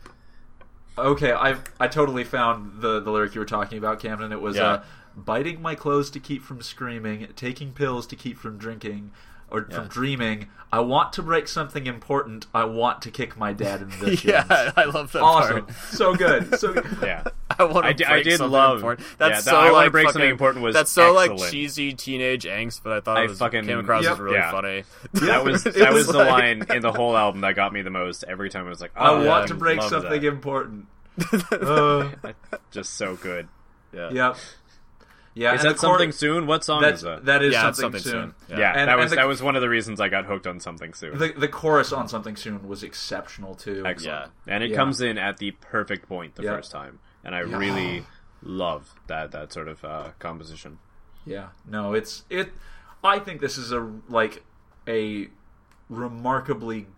S3: Okay, I have I totally found the the lyric you were talking about, Camden. It was
S1: Yeah.
S3: uh, biting my clothes to keep from screaming, taking pills to keep from drinking or from
S1: Yeah.
S3: dreaming. I want to break something important. I want to kick my dad in the shins.
S1: Yeah, I love that
S3: awesome,
S1: part.
S3: so good, so good.
S2: Yeah.
S1: I want
S2: I
S1: to
S2: di-
S1: break
S2: I did
S1: something
S2: love-
S1: important.
S2: yeah,
S1: That's
S2: that
S1: so
S2: I wanna
S1: like
S2: break
S1: fucking,
S2: something important was
S1: That's so like
S2: excellent.
S1: cheesy teenage angst, but I thought
S2: I
S1: it was
S2: fucking-
S1: came across
S3: Yep.
S1: as really
S2: yeah.
S1: funny.
S2: That was
S1: It
S2: that was, the
S1: like-
S2: line in the whole album that got me the most. Every time I was like, oh,
S3: I
S2: yeah,
S3: want to break
S2: love
S3: something
S2: that.
S3: important. Uh,
S2: Just so good.
S1: Yeah.
S3: yep. Yeah.
S2: Is
S3: and
S2: that
S3: the chor-
S2: something soon? What song
S3: That's
S2: is that?
S3: that is
S1: Yeah, it's
S3: something,
S1: Something
S3: soon.
S1: Soon.
S2: yeah,
S1: yeah.
S2: that
S3: and- and
S2: was
S3: the-
S2: that was one of the reasons I got hooked on something soon.
S3: The the chorus on something soon was exceptional too.
S2: Excellent. And it
S3: Yeah.
S2: comes in at the perfect point the
S3: Yeah.
S2: first time, and I really love that that sort of uh, composition.
S3: Yeah. No, it's it I think this is a like a remarkably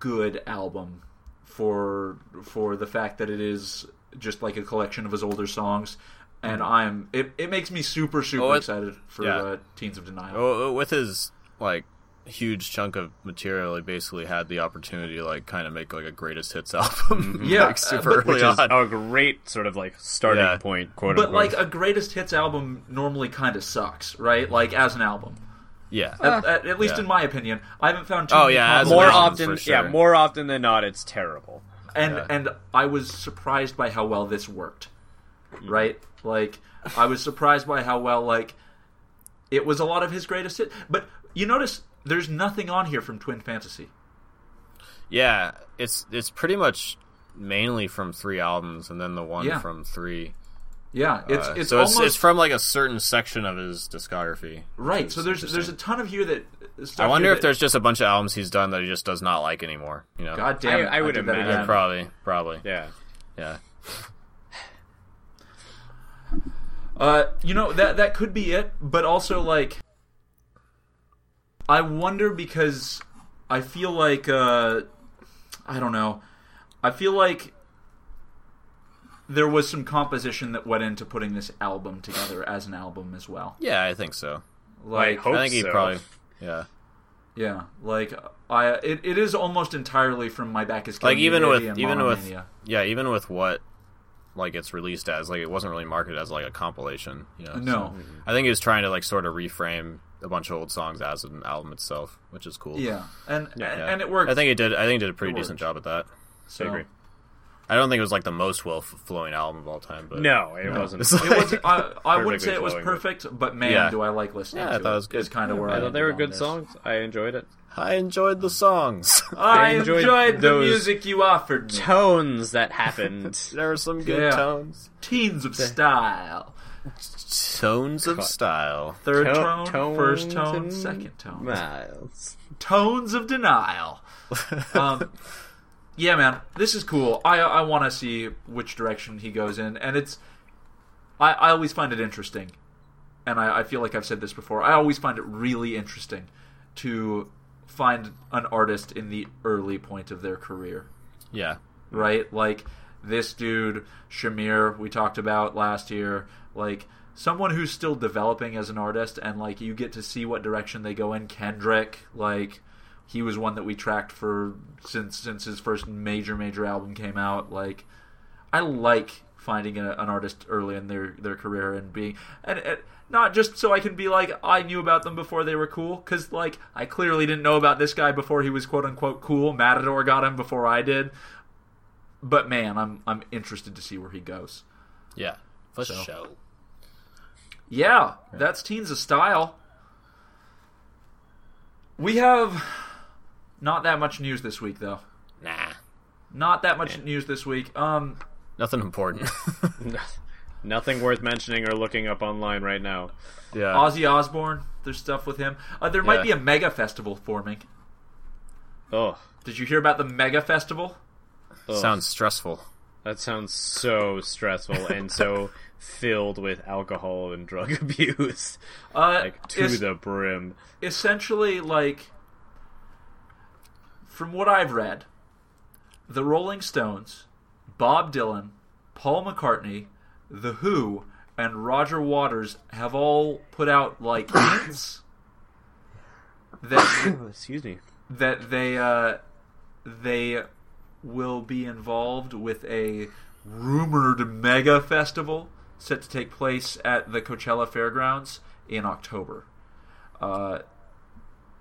S3: good album for for the fact that it is just like a collection of his older songs and I'm it, it makes me super super
S1: Oh, it-
S3: excited for
S1: yeah. Oh,
S3: uh, Teens of Denial.
S1: Well, with his like huge chunk of material, he basically had the opportunity to like kind of make like a greatest hits album.
S3: Yeah,
S1: like, super
S3: uh, but-
S1: early
S2: Mm-hmm. Which is
S1: on.
S2: a great sort of like starting
S1: Yeah.
S2: point, quote
S3: But
S2: unquote.
S3: like a greatest hits album normally kind of sucks, right? Like as an album.
S1: yeah,
S3: At, at, at least
S1: Yeah.
S3: in my opinion, I haven't found too
S1: Oh,
S3: many
S1: yeah, as an
S2: more
S1: album,
S2: often,
S1: for sure.
S2: yeah, more often than not, it's terrible.
S3: and
S1: Yeah.
S3: and I was surprised by how well this worked.
S1: Mm-hmm.
S3: Right? Like I was surprised by how well like it was a lot of his greatest hit. But you notice there's nothing on here from Twin Fantasy.
S1: yeah. It's it's pretty much mainly from three albums, and then the one
S3: Yeah.
S1: from three.
S3: Yeah, it's
S1: Uh,
S3: it's
S1: so
S3: almost
S1: it's it's from like a certain section of his discography.
S3: right. So there's there's a ton of here that stuff
S1: I wonder
S3: here
S1: if
S3: that-
S1: there's just a bunch of albums he's done that he just does not like anymore. You know,
S3: God damn
S2: I-
S3: it,
S2: I would
S3: did that
S2: imagine.
S3: again.
S1: probably, probably, yeah.
S2: Yeah,
S3: Uh, you know that that could be it, but also like, I wonder because I feel like uh, I don't know. I feel like there was some composition that went into putting this album together as an album as well.
S1: Yeah, I think so.
S3: Like,
S2: hope
S1: I think he
S2: so.
S1: probably, yeah.
S3: yeah, like I it, it is almost entirely from my back is
S1: like
S3: Killing Me
S1: even with
S3: Lady and
S1: even with
S3: Monomania.
S1: yeah even with what like it's released as like it wasn't really marketed as like a compilation you know
S3: no,
S1: so i think he was trying to like sort of reframe a bunch of old songs as an album itself which is cool
S3: yeah, and and,
S1: Yeah.
S3: and it worked.
S1: i think he did i think he did a pretty
S3: worked.
S1: decent job at that
S3: so.
S2: I agree.
S1: i don't think it was like the most well flowing album of all time but
S2: No, it wasn't.
S1: It's
S3: It was. I, I wouldn't
S2: Perfectly
S3: say it was
S2: flowing, but-
S3: perfect, but man,
S1: Yeah.
S3: do I like listening
S1: Yeah, I
S3: to
S1: thought
S3: it.
S1: it was good.
S3: Is kind of where
S2: I
S3: I
S2: thought
S3: ended
S2: they were
S3: on
S2: good
S3: this.
S2: songs. I enjoyed it.
S1: i enjoyed the songs
S3: I
S2: enjoyed
S3: enjoyed, the
S2: those-
S3: music you offered me.
S2: Tones that happened.
S1: there are some good
S3: Yeah.
S1: tones
S3: Teens of style.
S1: tones of style
S3: Third
S2: To-
S3: tone, first
S2: tones
S3: tone,
S2: and
S3: second tone.
S2: Miles.
S3: Tones of denial. Um, yeah, man, this is cool. I I want to see which direction he goes in, and it's. I I always find it interesting, and I, I feel like I've said this before. I always find it really interesting to find an artist in the early point of their career.
S1: yeah
S3: right? Like this dude, Shamir, we talked about last year, like someone who's still developing as an artist and like you get to see what direction they go in. Kendrick, like he was one that we tracked for since since his first major major album came out. Like I like finding a, an artist early in their, their career and being and, and not just so I can be like I knew about them before they were cool because like I clearly didn't know about this guy before he was quote unquote cool. Matador got him before I did, but man, I'm I'm interested to see where he goes.
S1: Yeah, for sure.
S3: Yeah, that's Teens of Style. We have not that much news this week, though.
S1: Nah,
S3: Not that much news this week. Um,
S1: nothing important.
S2: Nothing worth mentioning or looking up online right now.
S1: yeah,
S3: Ozzy Osbourne, there's stuff with him. Uh, there might
S1: Uh. Yeah.
S3: be a mega festival forming.
S2: Oh,
S3: Did you hear about the mega festival?
S2: oh,
S1: sounds stressful.
S2: that sounds so stressful and so filled with alcohol and drug abuse,
S3: Uh,
S2: like to
S3: it's
S2: the brim.
S3: essentially like, from what I've read, the Rolling Stones, Bob Dylan, Paul McCartney, The Who, and Roger Waters have all put out like hints that
S2: Excuse me.
S3: that they uh, they will be involved with a rumored mega festival set to take place at the Coachella Fairgrounds in October. Uh,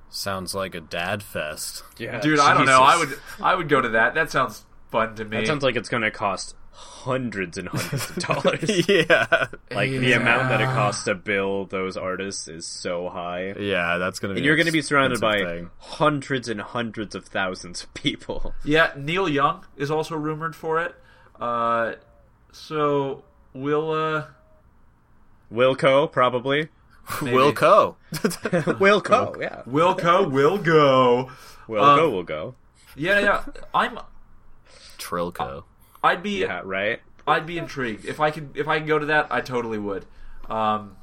S1: Sounds like a dad fest.
S2: Yeah,
S3: dude, I don't know. I
S2: Jesus.
S3: would I would go to that. That sounds fun to me.
S2: That sounds like it's going to cost hundreds and hundreds of dollars.
S1: yeah,
S2: like the amount that it costs to bill those artists is so high.
S1: yeah, that's gonna. be
S2: And you're going to be surrounded by
S1: expensive thing.
S2: hundreds and hundreds of thousands of people.
S3: yeah, Neil Young is also rumored for it. Uh, so we'll uh,
S2: Wilco, probably.
S3: maybe-
S1: Will Co.
S2: Wilco, Oh, yeah.
S3: Wilco will go.
S2: Wilco
S3: Um,
S2: will go.
S3: Yeah, yeah. I'm.
S1: Trilco.
S3: I'd be.
S2: Yeah, right?
S3: I'd be intrigued if I could if I could go to that. I totally would. Um,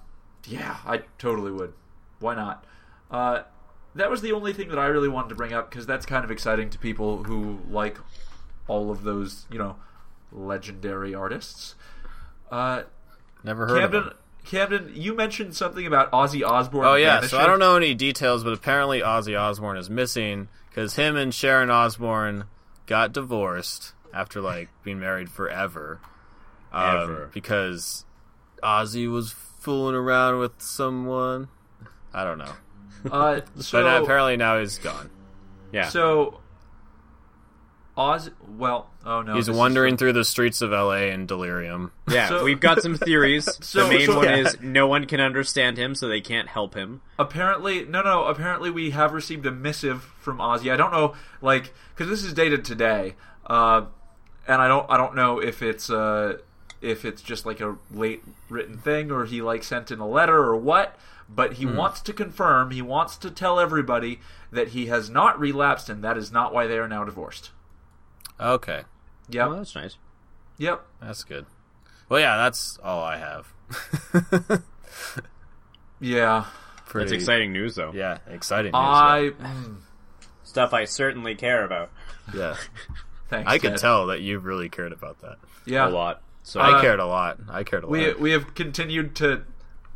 S3: yeah, I totally would. Why not? Uh, that was the only thing that I really wanted to bring up because that's kind of exciting to people who like all of those you know legendary artists. Uh,
S1: Never heard of
S3: Camden,
S1: him.
S3: Camden, you mentioned something about Ozzy Osbourne.
S1: Oh yeah, so
S3: vanishing.
S1: I don't know any details, but apparently Ozzy Osbourne is missing because him and Sharon Osbourne got divorced after like being married forever. Um,
S2: Ever.
S1: because Ozzy was fooling around with someone. I don't know,
S3: Uh, so,
S1: but now, apparently now he's gone.
S2: Yeah.
S3: so Oz. Well, oh no,
S1: He's
S3: this is-
S1: wandering through the streets of L.A. in delirium.
S2: yeah,
S3: so-
S2: we've got some theories.
S3: So-
S2: the main
S3: so-
S2: one
S3: yeah.
S2: is no one can understand him, so they can't help him.
S3: Apparently, no, no. Apparently, we have received a missive from Ozzy. I don't know, like, because this is dated today, uh, and I don't, I don't know if it's, uh, if it's just like a late written thing or he like sent in a letter or what. But he wants to confirm. He wants to tell everybody that he has not relapsed, and that is not why they are now divorced.
S1: Okay,
S3: Yep,
S1: Oh,
S2: Well, that's nice.
S3: yep.
S1: that's good. Well, yeah, that's all I have.
S3: Yeah,
S1: Pretty,
S2: That's exciting news, though.
S1: Yeah, exciting. news,
S3: I. mm,
S2: Stuff I certainly care about
S1: yeah.
S3: thanks,
S1: I could
S3: Ted.
S1: tell that you really cared about that.
S2: a
S3: Yeah,
S2: lot. So
S1: I
S3: Uh,
S1: cared a lot. I cared a lot.
S3: we we have continued to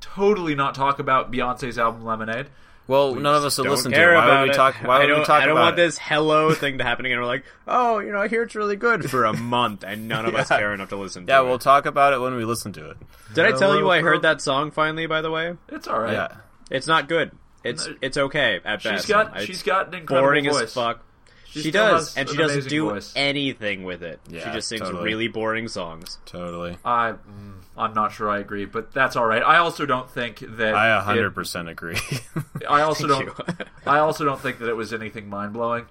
S3: totally not talk about Beyonce's album Lemonade.
S1: well, none of us have
S2: don't
S1: listened to
S2: care
S1: it. Why
S2: about
S1: would we
S2: it.
S1: talk? Why
S2: I
S1: would
S2: don't,
S1: we talk
S2: I don't
S1: about
S2: want
S1: it?
S2: this hello thing to happening, and we're like, oh, you know, I hear it's really good for a month, and none of us
S1: Yeah.
S2: care enough to listen.
S1: Yeah,
S2: to
S1: we'll
S2: it.
S1: talk about it when we listen to it.
S2: Did I tell you I
S3: Hello,
S2: heard that song finally? By the way,
S3: It's all right.
S1: Yeah,
S2: it's not good. It's it's okay at
S3: She's
S2: best.
S3: got
S2: It's
S3: she's got an incredible
S2: boring
S3: voice.
S2: as fuck. She,
S3: still
S2: does,
S3: has
S2: and
S3: an
S2: she doesn't
S3: amazing
S2: do
S3: voice.
S2: anything with it. she
S1: Yeah,
S2: just sings
S1: totally.
S2: really boring songs.
S1: totally.
S3: I mm, I'm not sure I agree, but that's all right. I also don't think that
S1: I a
S3: it-
S1: hundred percent agree.
S3: I also
S2: Thank
S3: don't I also don't think that it was anything mind blowing,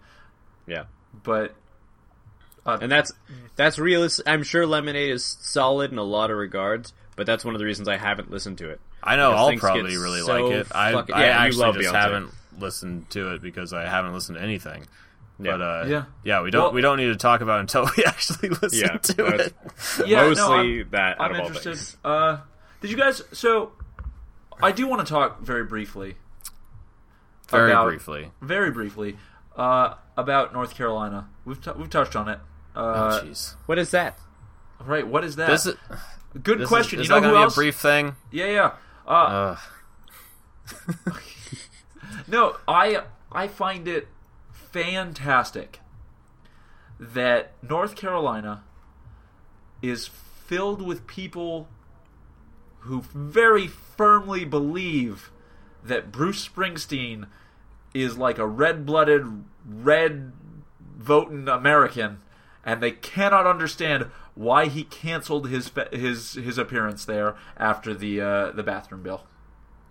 S2: you. yeah.
S3: but
S2: And that's that's realist. I'm sure Lemonade is solid in a lot of regards, but that's one of the reasons I haven't listened to it.
S1: I know
S2: Because
S1: I'll
S2: things get
S1: probably really
S2: so
S1: like it. I,
S2: fucking-
S1: I
S2: Yeah, you
S1: actually
S2: love
S1: just
S2: Beyonce.
S1: haven't listened to it because I haven't listened to anything. But uh,
S3: Yeah.
S1: we don't
S3: Well-
S1: we don't need to talk about it until we actually listen
S2: Yeah,
S1: to
S2: that's-
S1: it.
S3: yeah, no,
S2: Mostly
S3: I'm-
S2: that. out
S3: I'm
S2: of all
S3: interested.
S2: things.
S3: Uh, did you guys? So I do want to talk very briefly,
S1: Very
S3: about-
S1: briefly.
S3: very briefly, uh, about North Carolina. We've t- we've touched on it. Uh,
S1: Jeez,
S2: What is that?
S3: right. What is that?
S1: Oh, this is
S3: Good
S1: this
S3: question.
S1: Is, is
S3: you know
S1: that gonna
S3: who
S1: be
S3: else?
S1: a brief thing?
S3: Yeah, yeah. Uh,
S1: Ugh.
S3: No, I I find it fantastic that North Carolina is filled with people who very firmly believe that Bruce Springsteen is like a red blooded, red voting American, and they cannot understand why he canceled his fe- his his appearance there after the uh, the bathroom bill.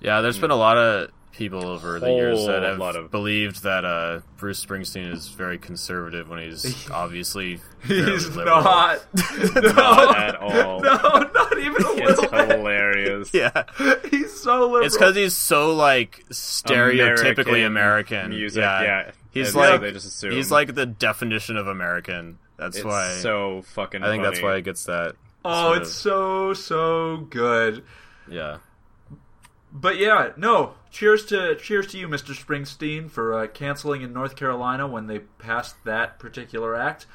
S1: Yeah, there's been a lot of people over the years that
S2: Whole
S1: have
S2: lot of-
S1: believed that uh, Bruce Springsteen is very conservative when he's obviously fairly
S3: He's
S1: liberal.
S3: not. no,
S2: Not at all.
S3: No, not even a
S2: It's
S3: little bit.
S2: hilarious.
S1: Yeah,
S3: He's so liberal.
S1: it's because he's so like stereotypically
S2: American
S1: American.
S2: music, yeah.
S1: he's
S2: And so
S1: like
S2: they just assume.
S1: he's like the definition of American. That's
S2: It's
S1: why
S2: so fucking.
S1: I think that's why
S2: funny.
S1: it gets that.
S3: oh,
S1: sort
S3: it's
S1: of-
S3: so so good.
S1: yeah.
S3: But yeah, no. Cheers to cheers to you, Mr. Springsteen, for uh, canceling in North Carolina when they passed that particular act.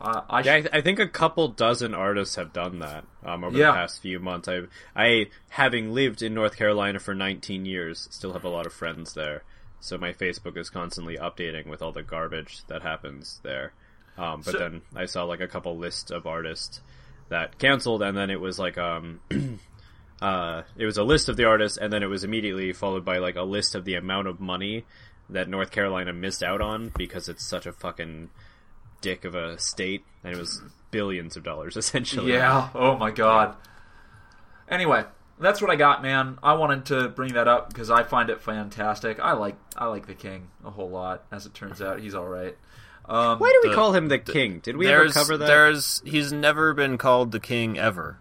S3: Uh, I
S2: Yeah, I,
S3: sh-
S2: th- I think a couple dozen artists have done that um, over
S3: Yeah.
S2: the past few months. I, I, having lived in North Carolina for 19 years, still have a lot of friends there. So my Facebook is constantly updating with all the garbage that happens there. Um, but
S3: So-
S2: then I saw like a couple lists of artists that canceled, and then it was like um, uh, it was a list of the artists, and then it was immediately followed by like a list of the amount of money that North Carolina missed out on because it's such a fucking dick of a state, and it was billions of dollars essentially.
S3: yeah. Oh my god. Anyway, that's what I got, man. I wanted to bring that up because I find it fantastic. I like I like the King a whole lot. As it turns out, he's all right. Um,
S2: Why do we
S1: The-
S2: call him the king? Did we ever
S1: there's
S2: cover that?
S1: there's he's never been called the king ever.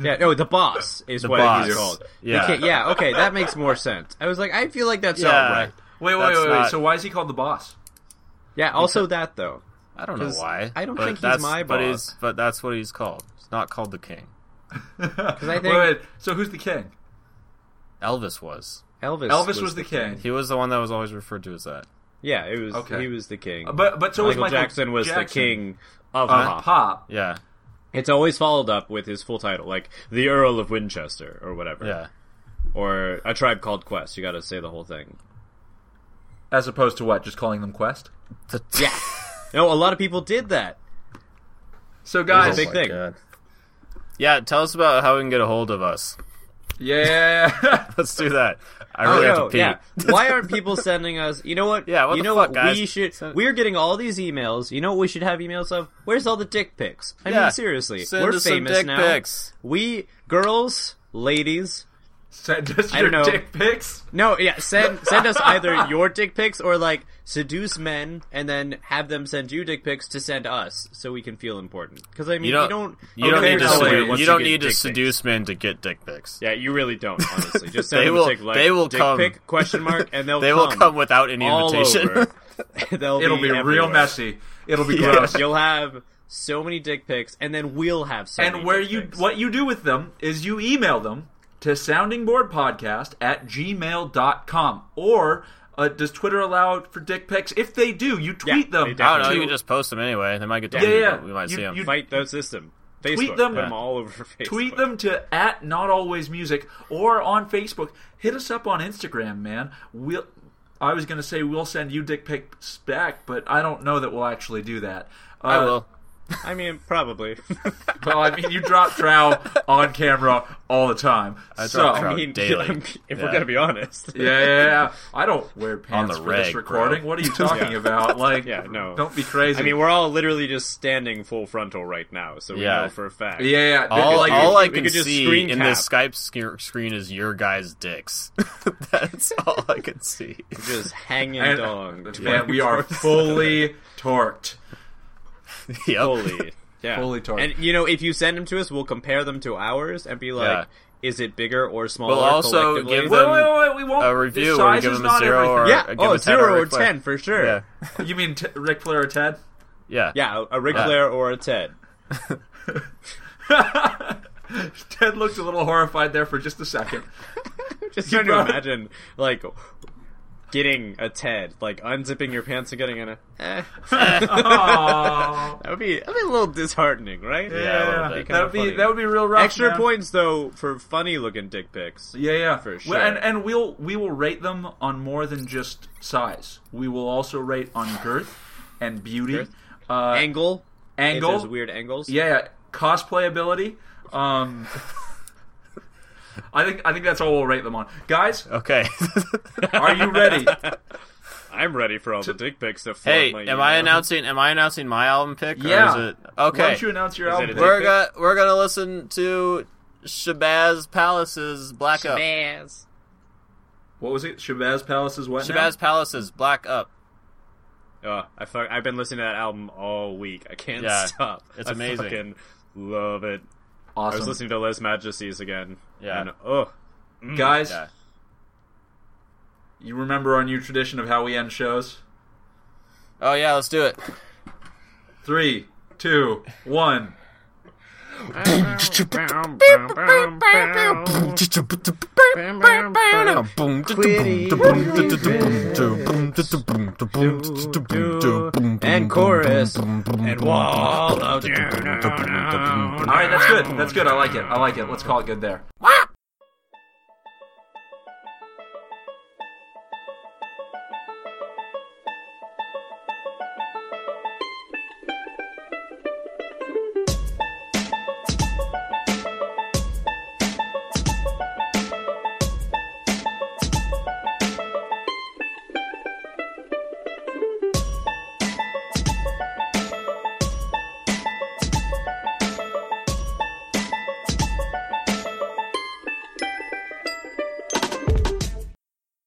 S2: Yeah, no, the boss is
S1: The
S2: what
S1: boss.
S2: he's called. The
S1: Yeah.
S2: king- yeah, okay, that makes more sense. I was like, I feel like that's
S1: Yeah.
S2: not right.
S3: wait, wait,
S1: That's
S3: wait, wait.
S1: not-
S3: So why is he called the boss?
S2: Yeah, also that though.
S1: I don't know
S2: 'Cause
S1: why.
S2: I don't
S1: but
S2: think he's
S1: that's-
S2: my
S1: But,
S2: boss.
S1: he's, but that's what he's called. He's not called the king.
S2: I think-
S3: Wait, wait, so who's the king?
S1: Elvis was.
S2: Elvis.
S3: Elvis was, the king.
S1: He was the one that was always referred to as that.
S2: Yeah, it was.
S3: Okay.
S2: He was the king.
S3: But but so
S2: Michael,
S3: was Michael
S2: Jackson was the
S3: Jackson
S2: king of
S3: of
S1: Uh-huh.
S2: pop.
S3: pop.
S1: Yeah,
S2: It's always followed up with his full title, like the Earl of Winchester or whatever,
S1: yeah.
S2: or a tribe called Quest. You got to say the whole thing.
S3: As opposed to what? Just calling them Quest?
S1: The
S2: Yeah. no, a lot of people did that.
S3: So, guys,
S2: big thing.
S1: Yeah, tell us about how we can get a hold of us.
S3: yeah.
S1: Let's do that. I really have to
S2: Oh, No,
S1: pee.
S2: yeah. Why aren't people sending us? You know what?
S1: Oh, Yeah, what
S2: you
S1: the
S2: know
S1: fuck,
S2: what we
S1: guys?
S2: should.
S1: Send-
S2: We're getting all these emails. You know what we should have emails of? Where's all the dick pics? I
S1: Yeah.
S2: mean, seriously,
S1: Send
S2: we're
S1: us some
S2: famous
S1: dick
S2: now.
S1: pics.
S2: We girls, ladies.
S3: Send us
S2: I
S3: your
S2: don't know.
S3: dick pics.
S2: No, yeah, send send us either your dick pics or like seduce men and then have them send you dick pics to send us so we can feel important. Because I mean,
S1: You don't. You don't
S2: okay,
S1: need to.
S2: no,
S3: sedu-
S2: wait,
S1: Seduce,
S2: once
S1: you don't
S2: get
S1: need to
S2: dick pics.
S1: seduce men to get dick pics.
S2: Yeah, you really don't. Honestly, just send
S1: They
S2: them
S1: will-
S2: a dick, like,
S1: they will
S2: dick
S1: come.
S2: pic question mark and they'll
S1: They will come without any
S2: all
S1: invitation.
S2: over. They'll
S3: It'll be real
S2: everywhere.
S3: messy. It'll be
S2: Yeah,
S3: gross.
S2: You'll have so many dick pics, and then we'll have so
S3: and
S2: many
S3: where
S2: dick
S3: you
S2: pics.
S3: what you do with them is you email them to soundingboardpodcast at gmail.com. Or uh, does Twitter allow for dick pics? If they do, you tweet
S2: they
S3: them.
S2: definitely
S1: I don't know.
S3: to-
S1: You can just post them anyway. They might get
S3: yeah,
S1: deleted,
S3: yeah.
S1: but we might
S3: You-
S1: see them.
S3: you
S2: fight the system? Facebook,
S3: Tweet
S2: tweet
S3: them.
S2: them, all over Facebook.
S3: tweet them to at not always music or on facebook hit us up on instagram man we'll i was going to say we'll send you dick pics back but i don't know that we'll actually do that uh,
S1: I will.
S2: I mean, probably.
S3: well i mean you drop trow on camera all the time
S1: I
S3: so
S1: drop
S2: I
S1: trow.
S2: mean,
S1: Daily.
S2: I'm- if we're
S1: Yeah.
S2: gonna be honest,
S3: yeah, yeah, yeah. I don't wear pants
S1: the
S3: for this
S1: reg,
S3: recording.
S1: bro.
S3: What are you talking about? Like,
S2: Yeah, no.
S3: don't be crazy.
S2: I mean, we're all literally just standing full frontal right now, so we
S1: Yeah.
S2: know for a fact.
S3: yeah, yeah.
S1: All,
S3: like,
S1: all I
S2: uh, we
S1: can
S2: could just
S1: see
S2: screen
S1: in
S2: cap.
S1: this Skype sc- screen is your guys' dicks. That's all I can see.
S2: just hanging
S3: and-
S2: dong.
S3: man, we are fully torqued.
S1: Yep.
S2: fully, yeah,
S3: Fully torqued.
S2: And you know, if you send them to us, we'll compare them to ours and be like, is it bigger or smaller?
S1: also
S2: collectively?
S1: give
S3: Wait,
S1: them
S3: wait, wait, wait, we won't.
S1: a review or
S3: size
S1: give
S3: is
S1: them a
S3: not
S1: zero or
S3: everything.
S2: yeah,
S1: a- give
S2: oh,
S1: a 10 or
S2: zero
S1: a
S2: or
S1: Ric Flair.
S2: ten for sure.
S1: Yeah.
S2: Yeah,
S3: You mean t- Ric Flair or Ted?
S1: Yeah.
S2: a Ric
S1: Yeah.
S2: Flair or a Ted.
S3: Ted looked a little horrified there for just a second.
S2: Just trying to
S3: brought-
S2: imagine like getting a Ted, like unzipping your pants and getting in a. Eh.
S3: Oh, Aww.
S2: That would be that'd be a little disheartening, right?
S1: Yeah, a little bit.
S3: that would be
S2: Kinda
S3: that would be real rough.
S2: Extra
S3: man.
S2: points though for funny looking dick pics.
S3: Yeah, yeah,
S2: For
S3: Well,
S2: sure.
S3: And and we'll we will rate them on more than just size. We will also rate on girth and beauty,
S2: Girth?
S3: Uh,
S2: Angle. If
S3: angle.
S2: there's weird angles.
S3: Yeah, yeah. cosplay ability. Um, I think I think that's all we'll rate them on, guys.
S1: Okay.
S3: Are you ready?
S2: I'm ready for all the dick pics that flood
S1: hey,
S2: my
S1: am I
S2: email.
S1: announcing? Am I announcing my album pick?
S3: Oh Yeah.
S1: Or is it,
S3: Why
S1: okay.
S3: don't you announce your
S2: Is it
S3: album?
S2: a
S3: pick?
S1: We're gonna we're gonna listen to Shabazz Palace's Black Up.
S2: Shabazz.
S3: What was it? Shabazz Palace's what? now?
S1: Shabazz Palace's Black Up.
S2: Oh, I fuck, I've been listening to that album all week. I can't
S1: Yeah,
S2: stop.
S1: it's
S2: I
S1: amazing.
S2: Fucking love it. I was
S3: Awesome,
S2: listening to Les Majesties again.
S1: Yeah.
S2: And, oh,
S3: guys.
S1: Yeah.
S3: You remember our new tradition of how we end shows?
S1: Oh yeah, let's do it.
S3: Three, two, one.
S2: and chorus and wall of
S3: All right, that's good. That's good. I like it. I like it. Let's call it good there.
S1: Wow.